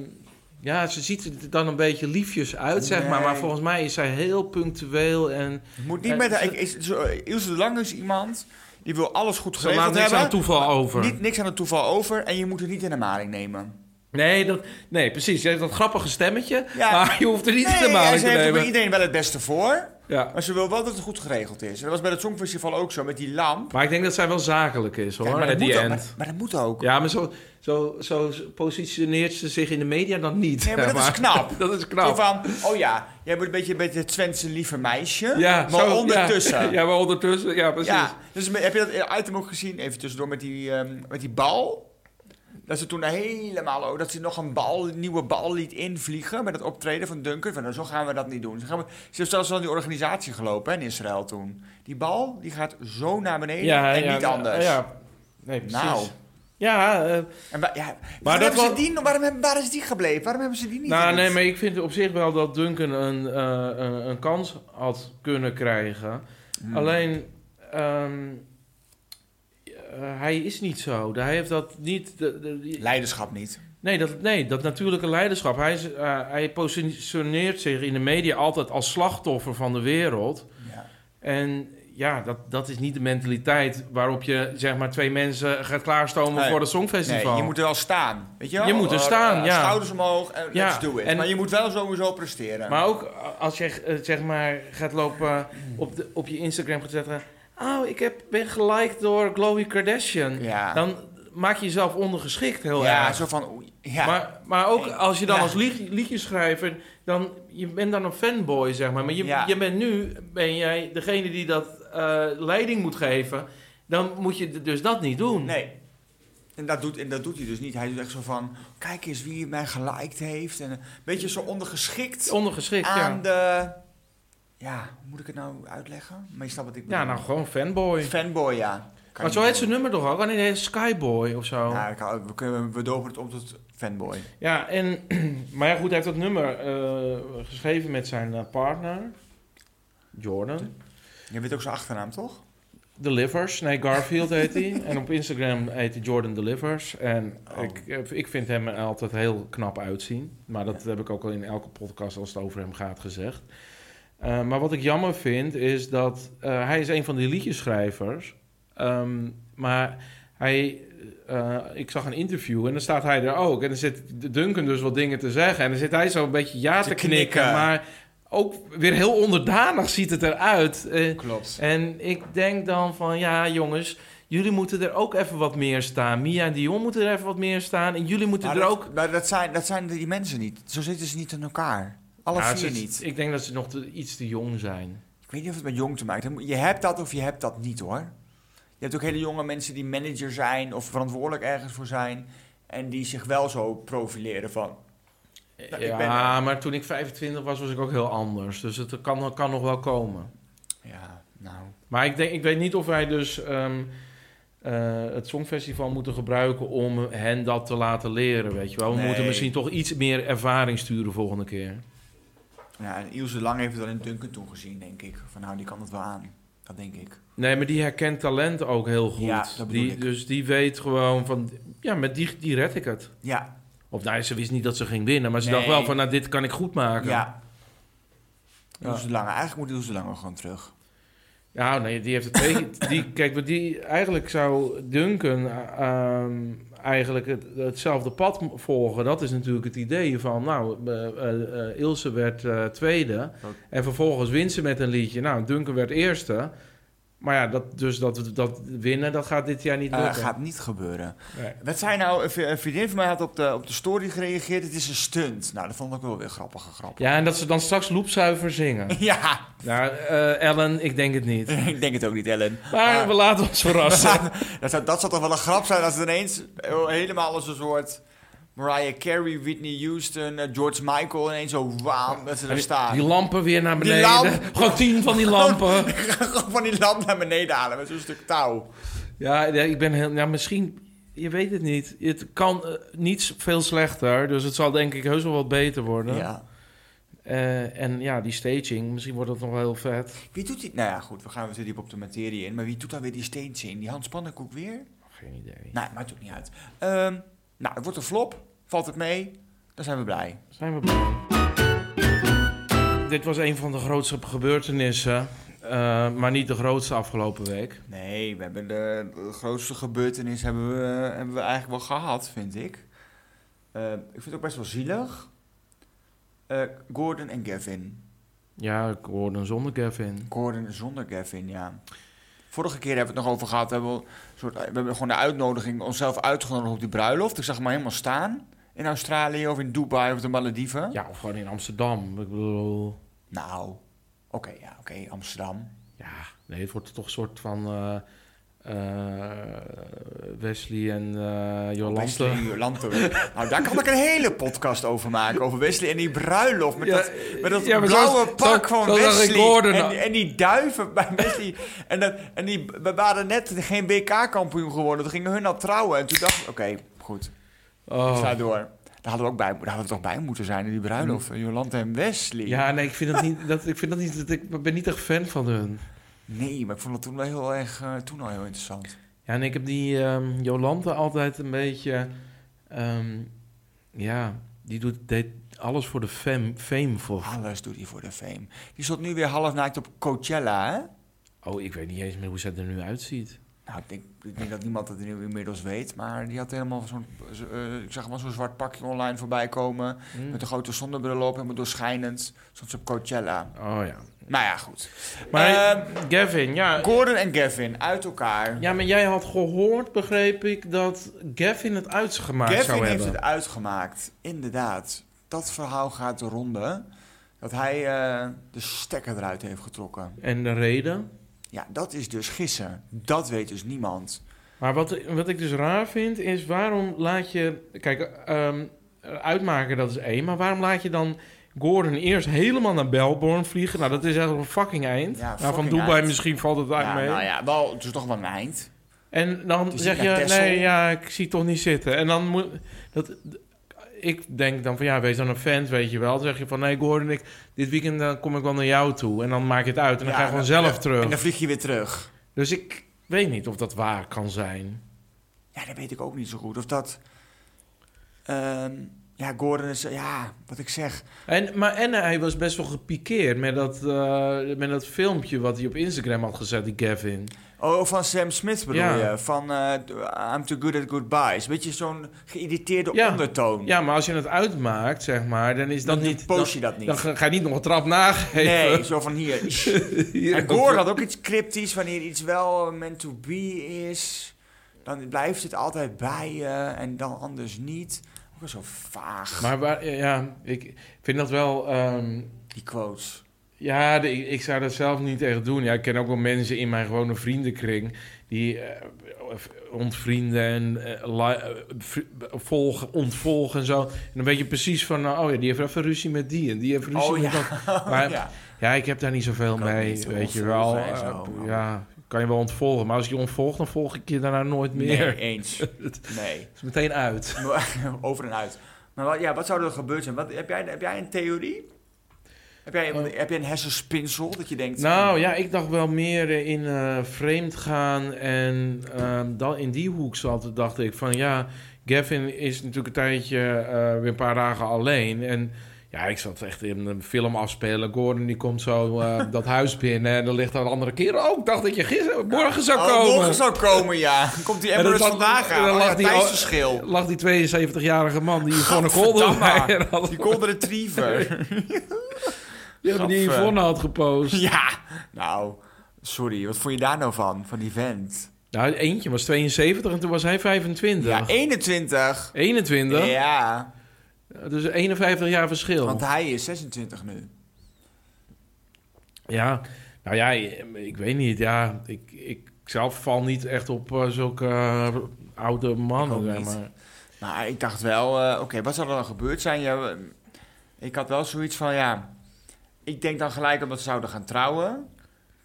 S1: ja, ze ziet er dan een beetje liefjes uit, zeg maar. Maar
S2: Nee.
S1: volgens mij is zij heel punctueel en
S2: Het moet niet
S1: Eh,
S2: met...
S1: ze-
S2: Ik, is, zo, Ilse de Lange is iemand die wil alles goed
S1: ze
S2: geregeld
S1: laat niks
S2: hebben.
S1: aan toeval over.
S2: Niet, niks aan het toeval over en je moet het niet in de maling nemen.
S1: Nee, dat, nee, precies. Je hebt dat grappige stemmetje,
S2: Ja.
S1: maar je hoeft er niet
S2: nee,
S1: te
S2: en
S1: malen te
S2: ze heeft er bij
S1: nemen.
S2: iedereen wel het beste voor,
S1: Ja.
S2: maar ze wil wel dat het goed geregeld is. En dat was bij het Songfestival ook zo, met die lamp.
S1: Maar ik denk dat zij wel zakelijk is, hoor,
S2: Kijk, maar,
S1: at
S2: dat
S1: the
S2: moet
S1: end.
S2: ook, maar, maar dat moet ook.
S1: Ja, maar zo, zo, zo positioneert ze zich in de media dan niet.
S2: Nee, maar
S1: hè,
S2: dat is knap.
S1: dat is
S2: Zo
S1: knap.
S2: van, oh ja, jij bent een beetje met het Twentse lieve meisje,
S1: Ja,
S2: maar
S1: zo, ja.
S2: ondertussen.
S1: Ja, maar ondertussen, ja, precies.
S2: Ja, dus me- heb je dat item ook gezien? Even tussendoor met die, ehm, met die bal. Dat ze toen helemaal, oh, dat ze nog een bal, een nieuwe bal liet invliegen bij dat optreden van Duncan. Van, nou, zo gaan we dat niet doen. Ze, gaan we, ze heeft zelfs al die organisatie gelopen hè, in Israël toen. Die bal, die gaat zo naar beneden en niet
S1: ja,
S2: anders.
S1: Ja, nee, precies.
S2: nou,
S1: Ja, eh,
S2: En wa- ja,
S1: dat
S2: waarom, hebben ze
S1: was-
S2: die, waarom, hebben- waar is die gebleven? Waarom hebben ze die niet?
S1: nou
S2: in het-
S1: nee, maar ik vind op zich wel dat Duncan een, eh, een, een kans had kunnen krijgen.
S2: Hmm.
S1: Alleen, ehm, eh, hij is niet zo. Hij heeft dat niet... de- de- die-
S2: Leiderschap niet.
S1: Nee dat, nee, dat natuurlijke leiderschap. Hij, is, eh, hij positioneert zich in de media altijd als slachtoffer van de wereld.
S2: Ja.
S1: En ja, dat, dat is niet de mentaliteit waarop je zeg maar twee mensen gaat klaarstomen
S2: Nee.
S1: voor het Songfestival.
S2: Nee, je moet er wel staan. Weet je wel?
S1: Je moet er
S2: Eh,
S1: staan,
S2: eh,
S1: ja.
S2: Schouders omhoog en
S1: Ja,
S2: let's do it.
S1: en-
S2: Maar je moet wel sowieso presteren.
S1: Maar ook als je eh, zeg maar gaat lopen op, de, op je Instagram gaat zetten... Oh, ik heb, ben geliked door Khloe Kardashian.
S2: ja.
S1: Dan maak je jezelf ondergeschikt heel
S2: ja,
S1: erg.
S2: zo van... oei, Ja.
S1: Maar, maar ook als je dan
S2: Ja.
S1: als lied, liedjeschrijver, dan, je bent dan een fanboy, zeg maar. Maar je,
S2: Ja.
S1: je bent nu, ben jij degene die dat eh, leiding moet geven. Dan moet je d- dus dat niet doen.
S2: Nee. En dat, doet, en dat doet hij dus niet. Hij doet echt zo van... Kijk eens wie mij geliked heeft. En een beetje zo ondergeschikt
S1: Ondergeschikt,
S2: aan
S1: ja.
S2: de... Ja, hoe moet ik het nou uitleggen? Maar je snapt wat ik bedoel.
S1: Ja, nou gewoon fanboy.
S2: Fanboy, ja. Kan
S1: maar
S2: je
S1: zo
S2: niet
S1: heet zijn nummer toch ook? Oh nee, nee, Skyboy of zo.
S2: doen.
S1: Ja,
S2: Ja, ik hou- we, kunnen, we dopen het om tot fanboy.
S1: en, maar ja, goed, hij heeft dat nummer eh, geschreven met zijn eh, partner, Jordan.
S2: Je weet ook zijn achternaam, toch?
S1: Delivers. Nee, Garfield heet hij. en op Instagram heet hij Jordan Delivers. En ik, ik vind hem er altijd heel knap uitzien. Maar dat heb ik ook al in elke podcast als het over hem gaat gezegd. Eh, maar wat ik jammer vind is dat eh, hij is een van die liedjeschrijvers. Ehm maar hij, eh, ik zag een interview en dan staat hij er ook. En dan zit Duncan dus wat dingen te zeggen. En dan zit hij zo een beetje ja te,
S2: Te
S1: knikken.
S2: knikken.
S1: Maar ook weer heel onderdanig ziet het eruit. Eh,
S2: Klopt.
S1: en ik denk dan van, ja jongens, jullie moeten er ook even wat meer staan. Mia en Dion moeten er even wat meer staan. En jullie moeten
S2: Maar,
S1: er
S2: dat,
S1: ook...
S2: maar dat, zijn, dat zijn die mensen niet. Zo zitten ze niet in elkaar. Alle
S1: Nou,
S2: vier
S1: ze-
S2: niet.
S1: Ik denk dat ze nog te- iets te jong zijn.
S2: Ik weet niet of het met jong te maken heeft. Je hebt dat of je hebt dat niet hoor. Je hebt ook hele jonge mensen die manager zijn of verantwoordelijk ergens voor zijn. En die zich wel zo profileren van. Nou, ik
S1: ja,
S2: ben-
S1: maar toen ik 25 was, was ik ook heel anders. Dus het kan, kan nog wel komen.
S2: Ja, nou.
S1: Maar ik, denk, ik weet niet of wij dus ehm, eh, het Songfestival moeten gebruiken om hen dat te laten leren, weet je wel. We
S2: Nee.
S1: moeten misschien toch iets meer ervaring sturen volgende keer.
S2: Ja, en Ilse Lang heeft het wel in Duncan toen gezien, denk ik. Van nou, die kan het wel aan. Dat denk ik.
S1: Nee, maar die herkent talent ook heel goed.
S2: Ja, dat bedoel
S1: die,
S2: ik.
S1: Dus die weet gewoon van, ja, met die, die red ik het.
S2: Ja,
S1: Of nou, ze wist niet dat ze ging winnen, maar ze dacht
S2: Nee.
S1: wel van, nou, dit kan ik goed maken.
S2: ja.
S1: Ja.
S2: Ilse Lange. Eigenlijk moet Ilse Lange gewoon terug.
S1: Ja, oh, nee, die heeft het twee. die, kijk, maar die, eigenlijk zou Duncan eh, ehm, eigenlijk het, hetzelfde pad m- volgen. Dat is natuurlijk het idee van, nou, eh, eh, eh, Ilse werd eh, tweede.
S2: Ook.
S1: En vervolgens wint ze met een liedje. Nou, Duncan werd eerste. Maar ja, dat, dus dat, dat winnen, dat gaat dit jaar niet
S2: Eh,
S1: lukken.
S2: gaat niet gebeuren.
S1: Nee.
S2: Wat zei nou, een v- een vriendin van mij had op de, op de story gereageerd. Het is een stunt. Nou, dat vond ik ook wel weer grappige grap.
S1: Ja, en dat ze dan straks loopzuiver zingen.
S2: ja.
S1: Nou, eh, Ellen, ik denk het niet. Ah.
S2: ik denk het ook niet, Ellen. Ah.
S1: Maar
S2: Maar-
S1: we laten ons verrassen.
S2: dat, zou, dat zou toch wel een grap zijn als het ineens eh, helemaal als een soort Mariah Carey, Whitney Houston, eh, George Michael ineens zo wauw dat ze daar
S1: Ah. Die
S2: staan.
S1: lampen weer naar
S2: Die
S1: beneden.
S2: lamp-
S1: Gewoon tien van die lampen.
S2: Gewoon van die lamp naar beneden halen met zo'n stuk touw.
S1: Ja, ja, ik ben heel... Nou, misschien... Je weet het niet. Het kan eh, niet veel slechter. Dus het zal denk ik heus wel wat beter worden.
S2: Ja.
S1: Eh, en ja, die staging. Misschien wordt dat nog wel heel vet.
S2: Wie doet die? Nou ja, goed, we gaan weer te diep op de materie in. Maar wie doet daar weer die steentjes in? Die Hans Pannenkoek weer?
S1: Geen idee.
S2: Nee, maakt ook niet uit. Ehm, nou, het wordt een flop. Valt het mee? Dan zijn we blij.
S1: Zijn we blij. Dit was een van de grootste gebeurtenissen. eh, maar niet de grootste afgelopen week.
S2: Nee, we hebben de, de grootste gebeurtenis hebben we, hebben we eigenlijk wel gehad, vind ik. Eh, ik vind het ook best wel zielig. Eh, Gordon en Gavin.
S1: Ja, ik hoorde een zonder Gavin.
S2: Gordon zonder Gavin, ja. Vorige keer hebben we het nog over gehad. We hebben, wel een soort, we hebben gewoon de uitnodiging onszelf uitgenodigd op die bruiloft. Ik zag hem helemaal staan. In Australië of in Dubai of de Malediven.
S1: Ja, of gewoon in Amsterdam. Ik bedoel...
S2: Nou, oké, ja, oké, Amsterdam.
S1: Ja, nee, het wordt toch een soort van eh, eh, Wesley en eh
S2: Wesley
S1: Jolante.
S2: en Jolante. nou, daar kan ik een hele podcast over maken. Over Wesley en die bruiloft. Met dat, met dat
S1: ja, maar
S2: blauwe
S1: zo-
S2: pak
S1: zo-
S2: van
S1: zo zag ik
S2: Wesley.
S1: Gordon al.
S2: en, en die duiven bij Wesley. en, dat, en die we waren net geen BK-kampioen geworden. Toen gingen hun al trouwen. En toen dacht ik, oké, goed. Ik
S1: Oh.
S2: ga door. Daar hadden we ook bij, daar hadden we toch bij moeten zijn in die bruiloft. Jolante en Wesley.
S1: Mm. Ja, nee, ik vind dat niet. Dat, ik, vind dat niet dat, ik ben niet echt fan van hun.
S2: Nee, maar ik vond dat toen wel heel erg, eh, toen al heel interessant.
S1: Ja, en ik heb die ehm, Jolante altijd een beetje. ehm, ja, die doet, deed alles voor de fam, fame voor.
S2: Alles doet hij voor de fame. Die stond nu weer half naakt op Coachella, hè?
S1: Oh, ik weet niet eens meer hoe ze er nu uitziet.
S2: Nou, ik denk, ik denk dat niemand dat nu inmiddels weet, maar die had helemaal zo'n, zo- eh, ik zag wel zo'n zwart pakje online voorbij komen.
S1: Hm.
S2: Met een grote zonnebril op, helemaal doorschijnend. Soms op Coachella.
S1: Oh ja.
S2: Nou ja, goed.
S1: Maar
S2: Ehm,
S1: Gavin, ja.
S2: Gordon en Gavin, uit elkaar.
S1: Ja, maar jij had gehoord, begreep ik, dat Gavin het uitgemaakt
S2: Gavin
S1: zou
S2: heeft
S1: hebben.
S2: het uitgemaakt, inderdaad. Dat verhaal gaat de ronde. Dat hij eh, de stekker eruit heeft getrokken.
S1: En de reden.
S2: Ja, dat is dus gissen. Dat weet dus niemand.
S1: Maar wat, wat ik dus raar vind, is waarom laat je... Kijk, ehm, uitmaken dat is één. Maar waarom laat je dan Gordon eerst helemaal naar Melbourne vliegen? Nou, dat is echt een fucking eind.
S2: Ja,
S1: Nou, van
S2: fucking
S1: Dubai
S2: eind.
S1: misschien valt het
S2: ja,
S1: eigenlijk mee.
S2: nou ja, wel, het is toch wel een eind.
S1: En dan
S2: is
S1: zeg
S2: niet
S1: je,
S2: naar Texel.
S1: nee, ja, ik zie het toch niet zitten. En dan moet... Dat, ik denk dan van, ja, wees dan een fan, weet je wel. Dan zeg je van, nee, Gordon, ik, dit weekend eh, kom ik wel naar jou toe. En dan maak je het uit en dan
S2: Ja,
S1: ga je gewoon
S2: en dan-
S1: zelf
S2: En dan
S1: terug.
S2: vlieg je weer terug.
S1: Dus ik weet niet of dat waar kan zijn.
S2: Ja, dat weet ik ook niet zo goed. Of dat... ehm, ja, Gordon is... Ja, wat ik zeg.
S1: En, maar en hij was best wel gepikeerd met dat, eh, met dat filmpje wat hij op Instagram had gezet, die Gavin.
S2: Oh, van Sam Smith bedoel
S1: Ja.
S2: je? Van eh, I'm too good at goodbyes. Beetje zo'n geïrriteerde
S1: Ja.
S2: ondertoon.
S1: Ja, maar als je het uitmaakt, zeg maar, dan is dat
S2: Dan
S1: niet...
S2: post je dat niet.
S1: Dan, dan ga je niet nog een trap nageven.
S2: Nee, zo van hier.
S1: Hier.
S2: En Gore had ook iets cryptisch. Wanneer iets wel eh, meant to be is, dan blijft het altijd bij je en dan anders niet. Ook wel zo vaag,
S1: Maar waar- ja, ik vind dat wel... ehm,
S2: die quotes.
S1: Ja, de- ik, ik zou dat zelf niet echt doen. Ja, ik ken ook wel mensen in mijn gewone vriendenkring die eh, ontvrienden en eh, li- eh, vri- volgen, ontvolgen en zo. En dan weet je precies van, nou, oh ja, die heeft even ruzie met die en die heeft ruzie
S2: Oh
S1: met
S2: ja.
S1: dat. Maar ja.
S2: ja.
S1: ik heb daar niet zoveel
S2: Kan
S1: mee,
S2: niet
S1: weet je
S2: ontvolgen
S1: wel.
S2: en
S1: Eh,
S2: zo.
S1: ja, kan je wel ontvolgen, maar als je ontvolgt, dan volg ik je daarna nooit meer.
S2: Nee, eens. Nee.
S1: Het is meteen uit.
S2: Over en uit. Maar wat, ja, wat zou er gebeurd zijn? Wat, heb, jij, heb jij een theorie? Heb jij,
S1: Oh.
S2: heb jij een hersenspinsel dat je denkt...
S1: Nou ja, ik dacht wel meer eh, in eh, vreemd gaan en ehm, dan in die hoek zat, dacht ik van ja, Gavin is natuurlijk een tijdje eh, weer een paar dagen alleen en ja, ik zat echt in een film afspelen. Gordon die komt zo eh, dat huis binnen en dan ligt daar een andere keer. Oh, ik dacht dat je gisteren, morgen zou
S2: oh,
S1: komen.
S2: morgen zou komen, ja. Komt die
S1: En dan lag-
S2: Emirates vandaag
S1: en
S2: aan?
S1: dan
S2: Oh, ja,
S1: lag die al-
S2: tijdsverschil.
S1: Lag die 72-jarige man die Yvonne Kolder
S2: Gadverdamme.
S1: bij haar had-
S2: Die golden retriever.
S1: die, die
S2: Gadver.
S1: Yvonne had gepost.
S2: Ja, nou, sorry. Wat vond je daar nou van, van die vent?
S1: Nou, eentje was 72 en toen was hij 25.
S2: Ja, 21.
S1: 21?
S2: Ja,
S1: Dus 51 jaar verschil.
S2: want hij is 26 nu.
S1: Ja, nou ja, ik weet niet. Ja, ik, ik zelf val niet echt op eh, zulke eh, oude mannen.
S2: Ik ook
S1: zeg
S2: niet.
S1: maar.
S2: Maar ik dacht wel, eh, oké, wat zou er dan gebeurd zijn? Ja, eh, ik had wel zoiets van, ja... Ik denk dan gelijk omdat ze zouden gaan trouwen...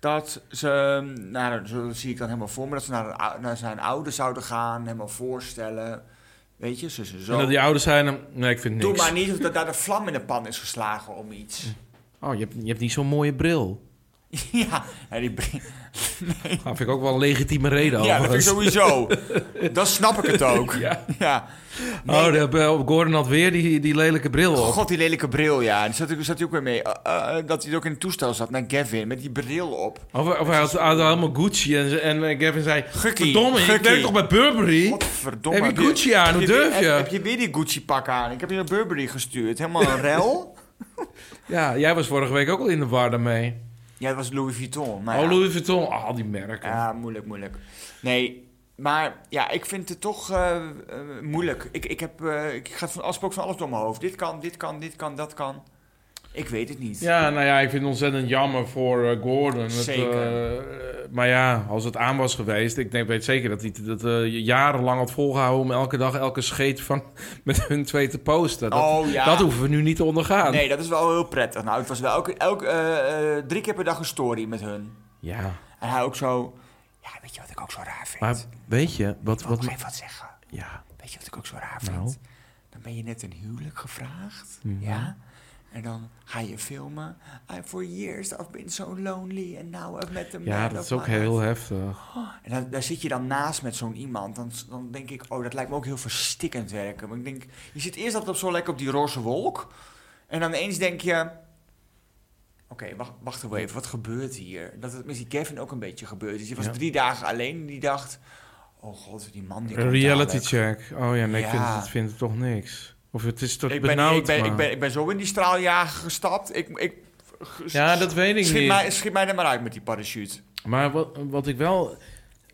S2: Dat ze, nou, zo zie ik dan helemaal voor me... dat ze naar, een ou- naar zijn ouders zouden gaan, helemaal voorstellen... Weet je, zus en zo.
S1: En dat die ouders zijn, dan- nee, ik vind niks.
S2: Doe maar niet of dat daar de vlam in de pan is geslagen om iets.
S1: Oh, je hebt, je hebt niet zo'n mooie bril.
S2: ja, ja, die, bri-
S1: Daar Nou, vind ik ook wel een legitieme reden
S2: Ja, dat vind ik
S1: overigens.
S2: sowieso. Dan snap ik het ook.
S1: Ja.
S2: Ja.
S1: Oh, de, eh, Gordon had weer die, die lelijke bril op.
S2: God, die lelijke bril, ja. Daar zat, ik- zat hij ook weer mee. Eh, eh, dat hij ook in het toestel zat naar Gavin met die bril op.
S1: Of, of hij had, had helemaal Gucci en, ze- en eh, Gavin zei...
S2: Gukkie,
S1: Verdomme, ik
S2: gukkie.
S1: ben toch bij Burberry?
S2: Godverdomme.
S1: Heb je Gucci aan? Hoe
S2: weer-
S1: durf je?
S2: Heb, heb je weer die Gucci-pak aan? Ik heb je naar Burberry gestuurd. Helemaal een rel.
S1: Ja, jij was vorige week ook al in de war daarmee.
S2: Ja, dat was Louis Vuitton. Maar
S1: Oh,
S2: Nou ja.
S1: Louis Vuitton. Ah, die merken.
S2: Ja, moeilijk, moeilijk. Nee, maar ja, ik vind het toch eh, eh, moeilijk. Ik, ik, heb, eh, ik ga van afspraak van alles door mijn hoofd. Dit kan, dit kan, dit kan, dat kan. Ik weet het niet.
S1: Ja, nou ja, ik vind het ontzettend jammer voor eh, Gordon. Het,
S2: Zeker.
S1: eh, maar ja, als het aan was geweest, ik denk, weet zeker dat hij het- dat, eh, jarenlang had volgehouden om elke dag elke scheet van met hun twee te posten. Dat,
S2: oh ja.
S1: dat hoeven we nu niet te ondergaan.
S2: Nee, dat is wel heel prettig. Nou, het was wel elke, elke, eh, eh, drie keer per dag een story met hun.
S1: Ja,
S2: En hij ook zo... Ja, weet je wat ik ook zo raar vind?
S1: maar weet je wat.
S2: ik wil
S1: wat
S2: nog even wat zeggen.
S1: ja,
S2: Weet je wat ik ook zo raar vind?
S1: Nou?
S2: Dan ben je net een huwelijk gevraagd. Ja? En dan ga je filmen. I, for years I've been so lonely and now I've met the man
S1: ja, dat
S2: of
S1: is ook
S2: my life.
S1: heel heftig.
S2: En dan, daar zit je dan naast met zo'n iemand. Dan, dan denk ik, oh, dat lijkt me ook heel verstikkend werken. Maar ik denk, je zit eerst altijd op zo lekker op die roze wolk. En dan eens denk je... Oké, wacht, wacht wel even, wat gebeurt hier? Dat het met die Kevin ook een beetje gebeurd is. Die was
S1: Ja.
S2: drie dagen alleen en die dacht... Oh god, die man die komt
S1: Een reality
S2: dadelijk.
S1: check. Oh ja, nee, ik vind
S2: Ja.
S1: het, vind het toch niks. Of het is toch
S2: Ik ben,
S1: benauwd.
S2: ik, ben,
S1: maar-
S2: ik, ben, ik ben zo in die straaljager gestapt. Ik, ik,
S1: ja, dat weet ik
S2: schiet
S1: niet.
S2: mij, schiet mij er maar uit met die parachute.
S1: Maar wat, wat ik wel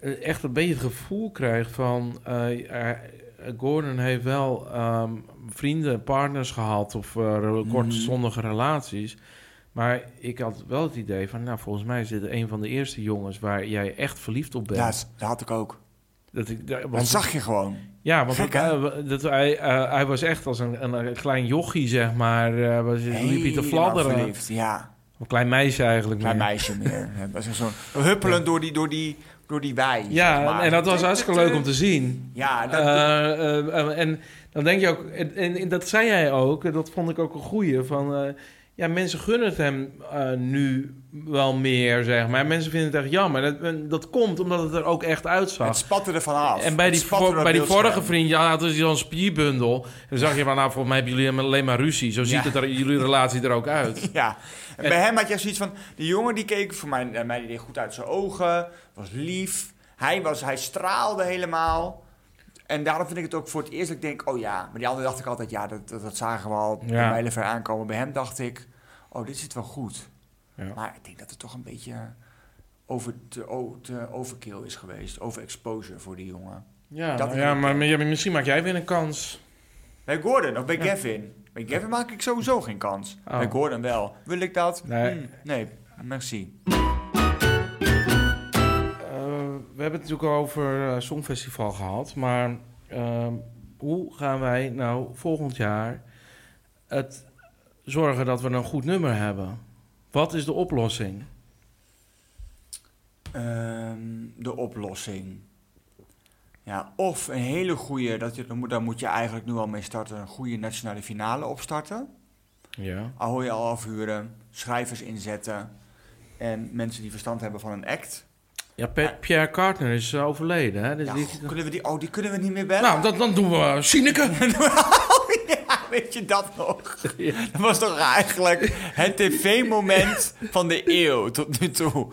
S1: eh, echt een beetje het gevoel krijg van... eh, eh, Gordon heeft wel ehm, vrienden, partners gehad of eh, re-
S2: Mhm.
S1: kortzondige relaties. Maar ik had wel het idee van, nou volgens mij is dit een van de eerste jongens waar jij echt verliefd op bent.
S2: Ja, dat, dat had ik ook.
S1: dat ik, da-
S2: Dat
S1: want,
S2: zag je gewoon.
S1: ja, want
S2: gek,
S1: dat-
S2: hè?
S1: eh, dat, hij, eh, hij was echt als een, een, een klein jochie, zeg maar. eh, was, liep hij te
S2: Helemaal
S1: fladderen.
S2: verliefd, Ja,
S1: Een klein meisje eigenlijk.
S2: klein
S1: meer.
S2: meisje meer. Ja, dat is zo'n huppelend door die, door die, door die wei. zeg
S1: Ja,
S2: maar.
S1: en dat was hartstikke leuk om te zien.
S2: Ja, dat,
S1: Eh, eh, eh, en dan denk je ook, en, en- en dat zei jij ook, en dat vond ik ook een goeie, van eh, ja, mensen gunnen het hem eh, nu wel meer, zeg maar. Mensen vinden het echt jammer. Dat, en dat komt omdat het er ook echt
S2: het
S1: uitzag.
S2: spatte er vanaf.
S1: En bij
S2: Het
S1: die,
S2: spatte
S1: vo-
S2: door
S1: bij die
S2: het beeldscherm.
S1: vorige vriend, ja, hadden ze zo'n spierbundel. En dan zag je van, nou, volgens mij hebben jullie alleen maar ruzie. Zo ziet
S2: Ja.
S1: het er, jullie relatie er ook uit.
S2: Ja, en bij hem had je zoiets van... Die jongen die keek voor mij, naar mij die deed goed uit zijn ogen. Was lief. Hij, was, hij straalde helemaal. En daarom vind ik het ook voor het eerst dat ik denk... Oh ja, maar die andere dacht ik altijd... Ja, dat, dat, dat zagen we al
S1: Ja.
S2: ja. mijlen ver aankomen. Bij hem dacht ik... Oh, dit zit wel goed.
S1: Ja.
S2: Maar ik denk dat het toch een beetje... Over te, o- te overkill is geweest. Overexposure voor die jongen.
S1: Ja,
S2: Dat is
S1: ja
S2: het.
S1: maar, maar ja, maar misschien maak jij weer een kans.
S2: Bij Gordon of bij
S1: Ja.
S2: Gavin. Bij Gavin maak ik sowieso geen kans.
S1: Oh.
S2: Bij Gordon wel. Wil ik dat?
S1: Nee.
S2: Hm, nee, merci.
S1: Eh, we hebben het natuurlijk al over eh Songfestival gehad. Maar eh, hoe gaan wij nou volgend jaar het zorgen dat we een goed nummer hebben? Wat is de oplossing?
S2: Ehm, de oplossing. Ja, of een hele goede, dat je, dan moet- daar moet je eigenlijk nu al mee starten, een goede nationale finale opstarten.
S1: Ja.
S2: Ahoy al afhuren, schrijvers inzetten en mensen die verstand hebben van een act.
S1: Ja, Pe- Pierre Cartner is eh, overleden. Hè? Dus
S2: Ja,
S1: die-
S2: goh, kunnen we die, oh, die kunnen we niet meer bellen?
S1: nou, dat, dan doen we Sineke.
S2: Ja, weet je dat nog? Dat was toch eigenlijk het tv-moment van de eeuw tot nu toe.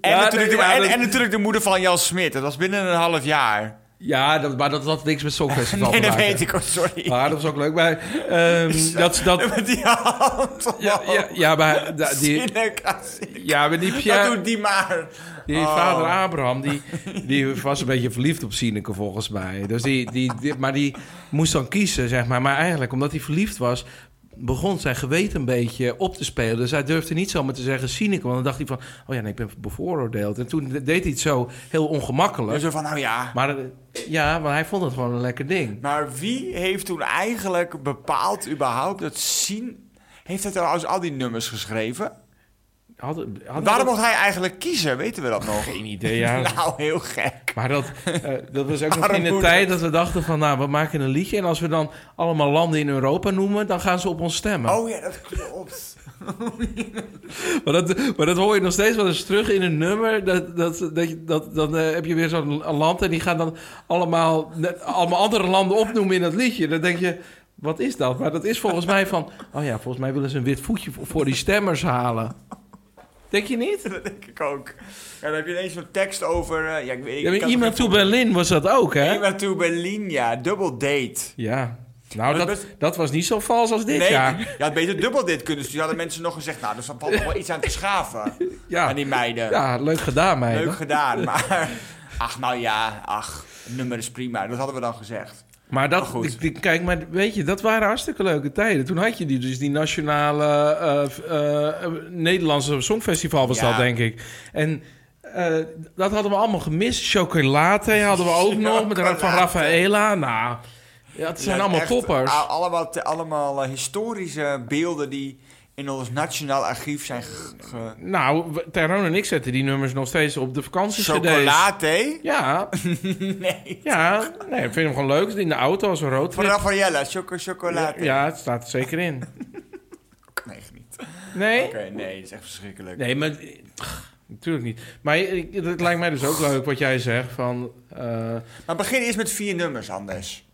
S2: En,
S1: Ja,
S2: natuurlijk,
S1: nee,
S2: de,
S1: ja,
S2: en,
S1: dat-
S2: en natuurlijk de moeder van Jan Smit. Dat was binnen een half jaar.
S1: Ja, dat, maar dat had niks met Songfestival
S2: Nee,
S1: te
S2: dat
S1: maken.
S2: weet ik. Oh, sorry.
S1: Maar dat was ook leuk. Maar, ehm, dat, dat,
S2: Met die hand omhoog.
S1: ja, ja, ja, maar da- die,
S2: Zinnelijk, ah, zinnelijk.
S1: ja, maar die
S2: Dat
S1: Pierre...
S2: doet die maar.
S1: Die
S2: Oh.
S1: vader Abraham, die, die was een beetje verliefd op Sineke volgens mij. Dus die, die, die- maar die moest dan kiezen, zeg maar. Maar eigenlijk, omdat hij verliefd was, begon zijn geweten een beetje op te spelen. Dus hij durfde niet zomaar te zeggen Sineke. Want dan dacht hij van, oh ja, nee, ik ben bevooroordeeld. En toen deed hij het zo heel
S2: En
S1: ongemakkelijk.
S2: zo van, nou ja.
S1: Maar eh, ja, maar hij vond het gewoon een lekker ding.
S2: Maar wie heeft toen eigenlijk bepaald überhaupt dat zien... Heeft hij trouwens al die nummers geschreven?
S1: Had, had
S2: Waarom mocht hij eigenlijk kiezen? Weten we dat nog?
S1: Geen idee, ja.
S2: Nou, heel gek.
S1: Maar dat, eh, dat was ook nog in de
S2: Armoede.
S1: tijd dat we dachten van... nou, we maken een liedje... en als we dan allemaal landen in Europa noemen... dan gaan ze op ons stemmen.
S2: Oh ja, dat klopt.
S1: Maar dat, maar dat hoor je nog steeds wel eens terug in een nummer. Dat, dat, dat, je- dat, dan eh, heb je weer zo'n land en die gaan dan allemaal, net- allemaal andere landen opnoemen in dat liedje. Dan denk je, wat is dat? Maar dat is volgens mij van, oh ja, volgens mij willen ze een wit voetje voor, voor die stemmers halen. Denk je niet?
S2: Dat denk ik ook. Ja, dan heb je ineens zo'n tekst over... eh, ja, ik weet, ik
S1: Ja, maar
S2: kan het
S1: iemand
S2: nog
S1: to Berlin was dat ook,
S2: even-
S1: hè?
S2: Iemand to Berlin, ja. Dubbel date.
S1: Ja. Nou, dat,
S2: Maar best-
S1: dat was niet zo vals als dit
S2: nee,
S1: jaar.
S2: je had beter dubbel dit kunnen. Dus die hadden mensen nog gezegd, nou, er valt nog wel iets aan te schaven.
S1: Ja,
S2: Aan die meiden.
S1: ja leuk gedaan,
S2: Leuk
S1: meiden.
S2: gedaan, maar... Ach, nou ja, ach, het nummer is prima. Dat hadden we dan gezegd.
S1: Maar
S2: Maar
S1: dat,
S2: goed.
S1: ik- ik- kijk, maar weet je, dat waren hartstikke leuke tijden. Toen had je die, dus die nationale eh, f- eh, eh, Nederlandse Songfestival was
S2: Ja.
S1: dat, denk ik. En eh, dat hadden we allemaal gemist. Chocolate hadden we ook nog, met de rap van
S2: Chocolate.
S1: Rafaela. Nou, ja, het zijn allemaal
S2: echt ah.
S1: toppers.
S2: a- Allemaal, te- allemaal eh, historische beelden die in ons nationaal archief zijn ge... ge-
S1: Nou, we- Tyrone en ik zetten die nummers nog steeds op de vakantiecd's.
S2: Chocolate?
S1: Ja,
S2: Nee.
S1: ja. Nee, ik vind hem gewoon leuk. In de auto als een
S2: Van
S1: roadtrip.
S2: Raffaella, choco chocolate.
S1: Ja, het staat er zeker in.
S2: Nee, echt niet.
S1: Nee?
S2: Oké, nee, dat is echt verschrikkelijk.
S1: Nee, maar pff, natuurlijk niet. Maar ik- het lijkt mij dus ook leuk wat jij zegt van. eh,
S2: Maar begin eerst met vier nummers anders.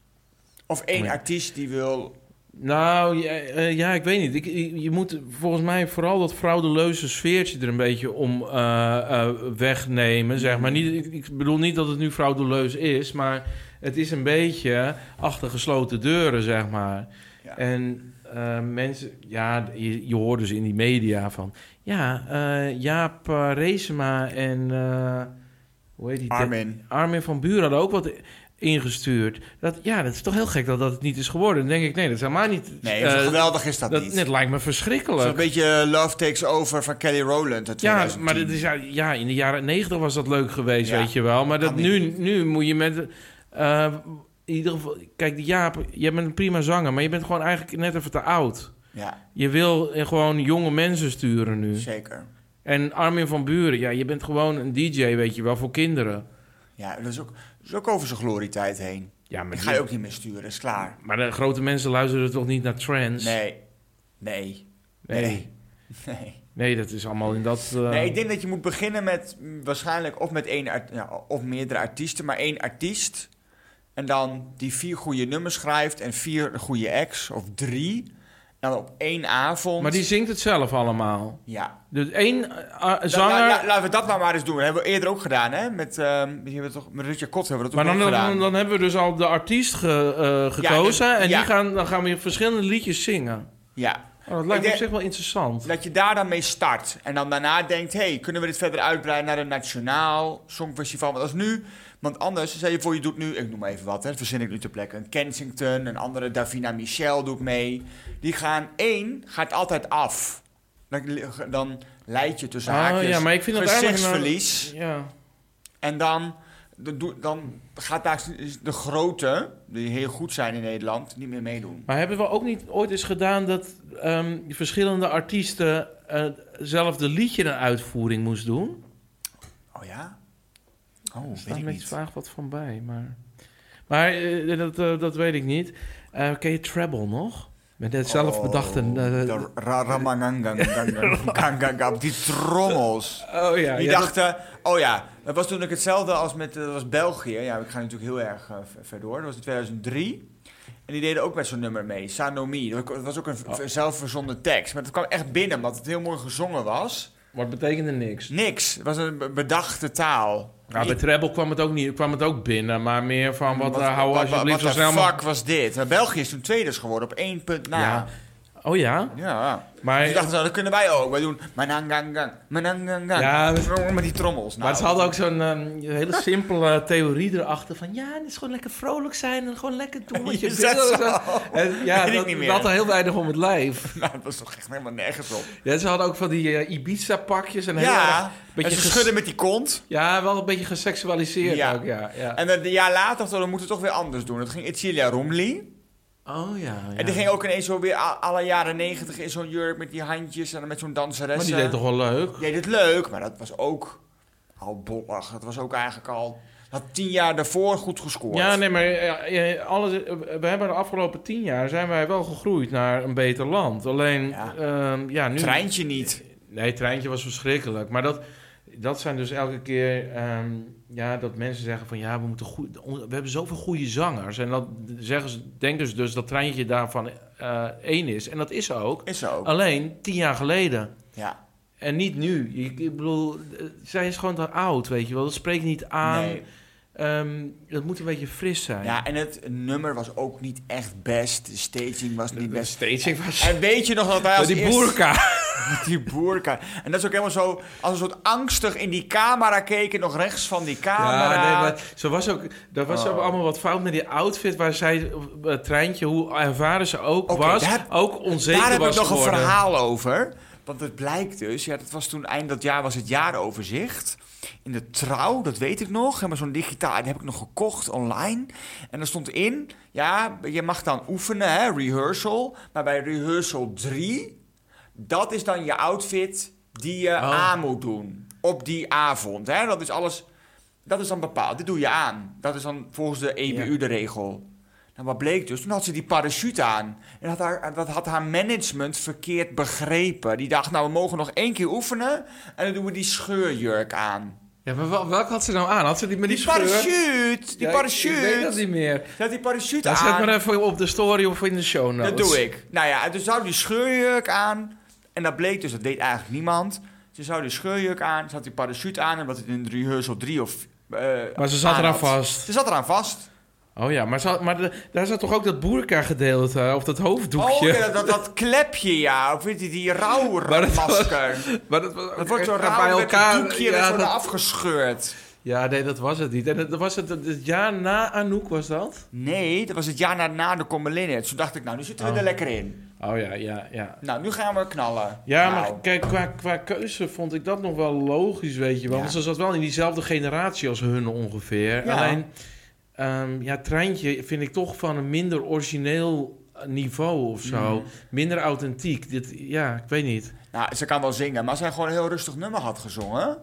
S2: Of één
S1: Oh Ja.
S2: artiest die wil...
S1: nou, ja, eh, ja, ik weet niet. Ik, je je moet volgens mij vooral dat fraudeleuze sfeertje er een beetje om eh, eh, wegnemen, zeg maar. Niet, ik, ik bedoel niet dat het nu fraudeleus is, maar het is een beetje achter gesloten deuren, zeg maar.
S2: Ja.
S1: En eh, mensen, ja, je, je hoort dus in die media van... Ja, eh, Jaap eh, Reesema en... eh, hoe heet die?
S2: Armin.
S1: Armin van Buren hadden ook wat ingestuurd. Dat, ja, dat is toch heel gek dat dat het niet is geworden. Dan denk ik, nee, dat is helemaal niet...
S2: Nee,
S1: eh,
S2: zo geweldig is dat,
S1: dat,
S2: niet.
S1: net lijkt me
S2: Zo'n
S1: verschrikkelijk.
S2: beetje Love Takes Over van Kelly Rowland uit
S1: Ja,
S2: 2010.
S1: maar dat is, ja, ja, in de jaren negentig was dat leuk geweest,
S2: Ja,
S1: weet je wel. Maar dat
S2: kan
S1: nu,
S2: niet.
S1: nu moet je met... eh, in ieder geval, kijk, die Jaap, jij bent een prima zanger... maar je bent gewoon eigenlijk net even te oud.
S2: Ja,
S1: Je wil eh, gewoon jonge mensen sturen nu.
S2: zeker.
S1: En Armin van Buren, ja, je bent gewoon een DJ, weet je wel, voor kinderen.
S2: Ja, dat is ook, dat is ook over zijn glorietijd heen.
S1: Ja, maar,
S2: Ik
S1: die-
S2: ga je ook niet meer sturen, is klaar.
S1: maar de grote mensen luisteren toch niet naar trends?
S2: Nee. Nee.
S1: Nee.
S2: Nee. Nee.
S1: Nee, dat is allemaal in dat... eh,
S2: Nee, ik denk dat je moet beginnen met mm, waarschijnlijk of met één art- ja, of meerdere artiesten, maar één artiest. En dan die vier goede nummers schrijft en vier goede acts of drie. En dan op één avond.
S1: Maar die zingt het zelf allemaal.
S2: Ja.
S1: Dus één eh, ah,
S2: La-
S1: zanger...
S2: la- la- laten we dat nou maar eens doen. Dat hebben we eerder ook gedaan, hè? Met, ehm, die hebben we toch, met Rutje Kot hebben we dat
S1: maar
S2: ook
S1: dan,
S2: nog gedaan.
S1: dan, dan hebben we dus al de artiest ge- eh, gekozen.
S2: Ja, en-
S1: en
S2: ja.
S1: die gaan, dan gaan we verschillende liedjes zingen.
S2: Ja.
S1: Oh, dat lijkt me
S2: denk-
S1: op zich wel interessant.
S2: Dat je daar dan mee start. En dan daarna denkt, hey, kunnen we dit verder uitbreiden naar een nationaal songfestival? Want als nu, want anders, stel je voor je doet nu, ik noem maar even wat, hè, dat verzin ik nu ter plekke. Een Kensington, een andere Davina Michel doet mee. Die gaan, één gaat altijd af. Dan, dan leid je tussen
S1: Ah,
S2: haakjes
S1: ja, maar ik vind dat eigenlijk nou-
S2: gezichtsverlies.
S1: Ja.
S2: En dan, dan doe- dan gaat daar de grote, die heel goed zijn in Nederland, niet meer meedoen.
S1: Maar hebben we ook niet ooit eens gedaan dat ehm, die verschillende artiesten eh, zelf de liedje een uitvoering moest doen?
S2: Oh ja? Oh,
S1: Er staat
S2: weet ik
S1: een beetje
S2: niet.
S1: vaag wat van bij, maar... Maar eh, dat, eh, dat weet ik niet. Eh ken je Treble nog? Met dat zelf bedachte...
S2: Oh,
S1: eh,
S2: de ra- ramagangang- gangang- gangang- Die trommels.
S1: oh ja,
S2: Die
S1: ja,
S2: dachten, oh ja, dat was toen ook hetzelfde als met eh, dat was België. Ja, ik ga natuurlijk heel erg eh, ver- ver door. Dat was in 2003. En die deden ook met zo'n nummer mee, Sanomi. Dat was ook een v- v- zelfverzonnen tekst. Maar dat kwam echt binnen, omdat het heel mooi gezongen was.
S1: Maar het betekende niks.
S2: Niks. Het was een be- bedachte taal.
S1: Ja, bij Treble kwam het ook niet, kwam het ook binnen, maar meer van wat, eh, hou
S2: wat-
S1: alsjeblieft zo
S2: wat de
S1: snel mogelijk.
S2: fuck was dit? Maar België is toen tweede is geworden op één punt na.
S1: Ja. Oh ja,
S2: ja.
S1: maar,
S2: Dus ik dacht, nou, dat kunnen wij ook. Wij doen manangangang, manangangang.
S1: Ja,
S2: Ja, met die trommels. Nou,
S1: maar ze hadden ook zo'n ehm, hele simpele theorie erachter van ja, het is gewoon lekker vrolijk zijn en gewoon lekker doen wat je
S2: Is
S1: wil.
S2: dat
S1: en
S2: zo?
S1: En, ja,
S2: Weet ik
S1: dat,
S2: niet meer.
S1: dat had heel weinig om het lijf.
S2: Nou, dat was toch echt helemaal nergens op.
S1: Ja, ze hadden ook van die eh, Ibiza-pakjes en heel erg,
S2: Ja,
S1: beetje
S2: en ze
S1: ges-
S2: schudden met die kont.
S1: ja, wel een beetje geseksualiseerd
S2: Ja.
S1: ook, ja. ja.
S2: En dan een jaar later dachten we, dan moeten we toch weer anders doen. Dat ging Itzilia Romli.
S1: oh ja, ja.
S2: En die ging ook ineens zo weer a- alle jaren negentig in zo'n jurk met die handjes en dan met zo'n danseres.
S1: maar die deed toch wel leuk?
S2: deed het leuk, maar dat was ook al bollig. Dat was ook eigenlijk al... Dat had tien jaar daarvoor goed gescoord.
S1: Ja, nee, maar eh, eh, alles, eh, we hebben de afgelopen tien jaar zijn wij wel gegroeid naar een beter land. Alleen,
S2: Ja.
S1: ehm, ja, nu...
S2: Treintje niet.
S1: Nee, treintje was verschrikkelijk. Maar dat, dat zijn dus elke keer, ehm, ja, dat mensen zeggen van, ja, we moeten goed, on- we hebben zoveel goede zangers. En dat zeggen ze, denken ze dus dat treintje daarvan eh, één is. En dat is ook.
S2: Is zo.
S1: Alleen tien jaar geleden.
S2: Ja.
S1: En niet nu. Ik, ik bedoel, eh, zij is gewoon te oud, weet je wel. Dat spreekt niet aan.
S2: Nee.
S1: Eh, Ehm, het moet een beetje fris zijn.
S2: Ja, en het nummer was ook niet echt best. De staging was niet
S1: de
S2: best.
S1: staging was...
S2: En weet je nog dat wij als
S1: die
S2: eerste-
S1: boerka.
S2: Die boerka. En dat is ook helemaal zo, als een soort angstig in die camera keken, nog rechts van die camera.
S1: Ja, nee, maar ze was ook, er was
S2: Oh.
S1: ook allemaal wat fout met die outfit waar zij, op het treintje, hoe ervaren ze ook
S2: Oké,
S1: was,
S2: daar-
S1: ook onzeker
S2: Daar heb ik
S1: was
S2: nog
S1: geworden.
S2: een verhaal over. Want het blijkt dus, ja, dat was toen eind dat jaar was het jaaroverzicht. In de trouw, dat weet ik nog. Helemaal zo'n digitaal, die heb ik nog gekocht online. En er stond in, ja, je mag dan oefenen, hè, rehearsal. Maar bij rehearsal 3, dat is dan je outfit die je
S1: Oh.
S2: aan moet doen. Op die avond, hè. Dat is alles, dat is dan bepaald. Dit doe je aan. Dat is dan volgens de EBU de regel. Nou, wat bleek dus? Toen had ze die parachute aan. En had haar, dat had haar management verkeerd begrepen. Die dacht, nou, we mogen nog één keer oefenen... en dan doen we die scheurjurk aan.
S1: Ja, maar wel- welke had ze nou aan? Had ze die met die,
S2: Die
S1: scheur?
S2: parachute! Die
S1: Ja, ik-
S2: parachute!
S1: Ik, weet dat niet meer.
S2: Ze had die parachute
S1: Dat zet
S2: aan.
S1: maar even op de story of in de show notes.
S2: dat doe ik. Nou ja, en toen zou die scheurjurk aan... en dat bleek dus, dat deed eigenlijk niemand. Ze zou die scheurjurk aan, ze had die parachute aan... en wat het in de rehearsal 3 of... eh,
S1: Maar ze zat
S2: aan
S1: eraan
S2: had.
S1: vast.
S2: Ze zat eraan vast.
S1: Oh ja, maar, ze- maar de- daar zat toch ook dat boerka gedeelte, of dat hoofddoekje?
S2: Oh, ja, dat, dat, dat klepje, ja. Of weet je, die
S1: Maar dat was-
S2: rouwmasker.
S1: Maar dat was ook
S2: Het wordt zo
S1: echt
S2: raar bij elkaar. Met een doekje werd
S1: Ja,
S2: zo
S1: dat-
S2: afgescheurd.
S1: ja, nee, dat was het niet. En dat was het, het jaar na Anouk was dat?
S2: Nee, dat was het jaar na, na de Commelinnet. Toen dacht ik, nou, nu zitten we
S1: Oh.
S2: er lekker in.
S1: Oh ja, ja, ja.
S2: Nou, nu gaan we knallen.
S1: Ja,
S2: Nou,
S1: maar kijk, qua, qua keuze vond ik dat nog wel logisch, weet je wel.
S2: Ja.
S1: Want ze zat wel in diezelfde generatie als hun ongeveer.
S2: Ja.
S1: Alleen, ehm, ja, Treintje vind ik toch van een minder origineel niveau of zo.
S2: Mm.
S1: Minder authentiek. Dit, ja, ik weet niet.
S2: Nou, ze kan wel zingen, maar als zij gewoon een heel rustig nummer had gezongen...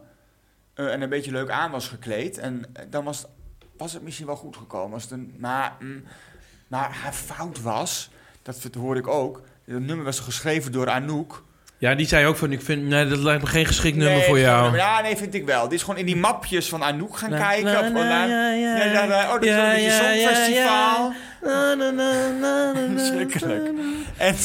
S2: eh, en een beetje leuk aan was gekleed... en eh, dan was, was het misschien wel goed gekomen. Als het een, maar, mm, maar haar fout was, dat ver- hoorde ik ook... dat nummer was geschreven door Anouk...
S1: Ja, die zei ook van, ik vind, nee, dat lijkt me geen geschikt nummer
S2: Nee,
S1: voor
S2: het is gewoon
S1: jou.
S2: een nummer- Ja, nee, vind ik wel. Dit is gewoon in die mapjes van Anouk gaan kijken. op online.
S1: ja, ja,
S2: Ja, ja, ja. Oh, dat is wel een beetje
S1: ja, ja,
S2: songfestivaal.
S1: ja. Na, na, na, na, na, na,
S2: Schrikkelijk.
S1: na, na.
S2: En,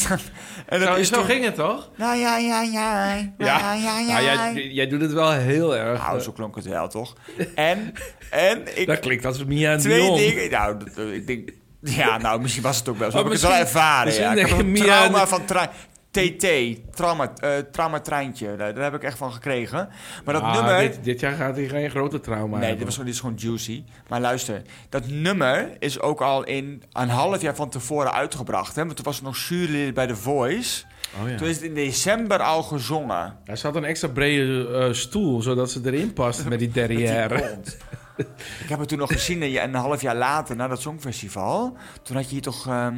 S2: en dat
S1: Zo,
S2: is
S1: zo
S2: toch...
S1: ging het toch?
S2: Nou ja, ja, ja. Ja, ja, ja.
S1: Nou, jij, jij doet het wel heel erg.
S2: Nou, zo klonk het wel, toch? En, en ik...
S1: dat klinkt als Mia en
S2: twee
S1: Dion.
S2: dingen... Nou, dat- dat- ik denk... Ja, nou, misschien was het ook wel zo.
S1: Oh,
S2: heb ik het wel
S1: misschien-
S2: ervaren,
S1: misschien
S2: ja. Ik heb
S1: denk
S2: een
S1: je, Mia,
S2: trauma
S1: dit-
S2: van trein... TT, trauma, eh trauma treintje. Daar, daar heb ik echt van gekregen. Maar dat
S1: Ah,
S2: nummer...
S1: dit, dit jaar gaat hij geen grote trauma
S2: Nee, dit,
S1: hebben.
S2: was, gewoon- dit is gewoon juicy. Maar luister, dat nummer is ook al in een half jaar van tevoren uitgebracht. Hè? Want toen was er nog jurylid bij The Voice.
S1: Oh, ja.
S2: Toen is het in december al gezongen.
S1: Hij zat een extra brede eh, stoel, zodat ze erin past met die
S2: Met die
S1: derrière.
S2: kont. Ik heb het toen nog gezien een, ja- een half jaar later, na dat songfestival. Toen had je hier toch, ehm,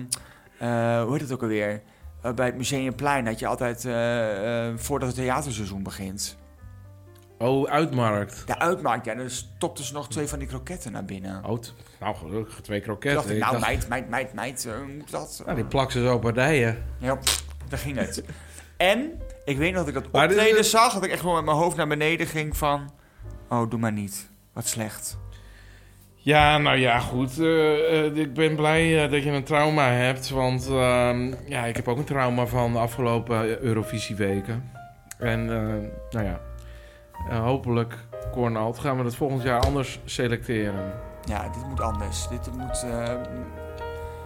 S2: eh, hoe heet het ook alweer? Eh, bij het Museumplein had je altijd, eh, eh, voordat het theaterseizoen begint.
S1: Oh, uitmarkt.
S2: De uitmaakt, ja, dan stopten ze nog twee van die kroketten naar binnen.
S1: Oh, t- nou, gelukkig twee
S2: Toen
S1: kroketten.
S2: dacht ik,
S1: Ik
S2: nou
S1: dacht,
S2: meid, meid, meid, meid, eh, hoe moet dat?
S1: nou, die plak ze zo op partijen.
S2: Ja, pff, daar ging het. en ik weet nog dat ik dat
S1: Maar dit is-
S2: optreden zag. Dat ik echt gewoon met mijn hoofd naar beneden ging van... Oh, doe maar niet. Wat slecht.
S1: Ja, nou ja, goed. Eh, eh, ik ben blij eh, dat je een trauma hebt. Want ehm, ja, ik heb ook een trauma van de afgelopen Eurovisieweken. En eh, nou ja, eh, hopelijk, Cornald, gaan we dat volgend jaar anders selecteren.
S2: Ja, dit moet anders. Dit moet... eh,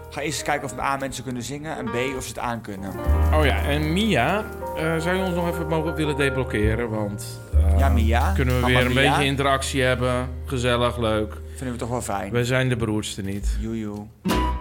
S2: ga eerst eens kijken of A, mensen kunnen zingen. En B, of ze het aan kunnen.
S1: Oh ja, en Mia, eh, zou je ons nog even mogen willen deblokkeren? Want eh,
S2: Ja, Mia.
S1: kunnen we
S2: Mama
S1: weer een
S2: Mia,
S1: beetje interactie hebben. Gezellig, leuk.
S2: Vinden we toch wel fijn.
S1: Wij zijn de broerste niet.
S2: Joejoe.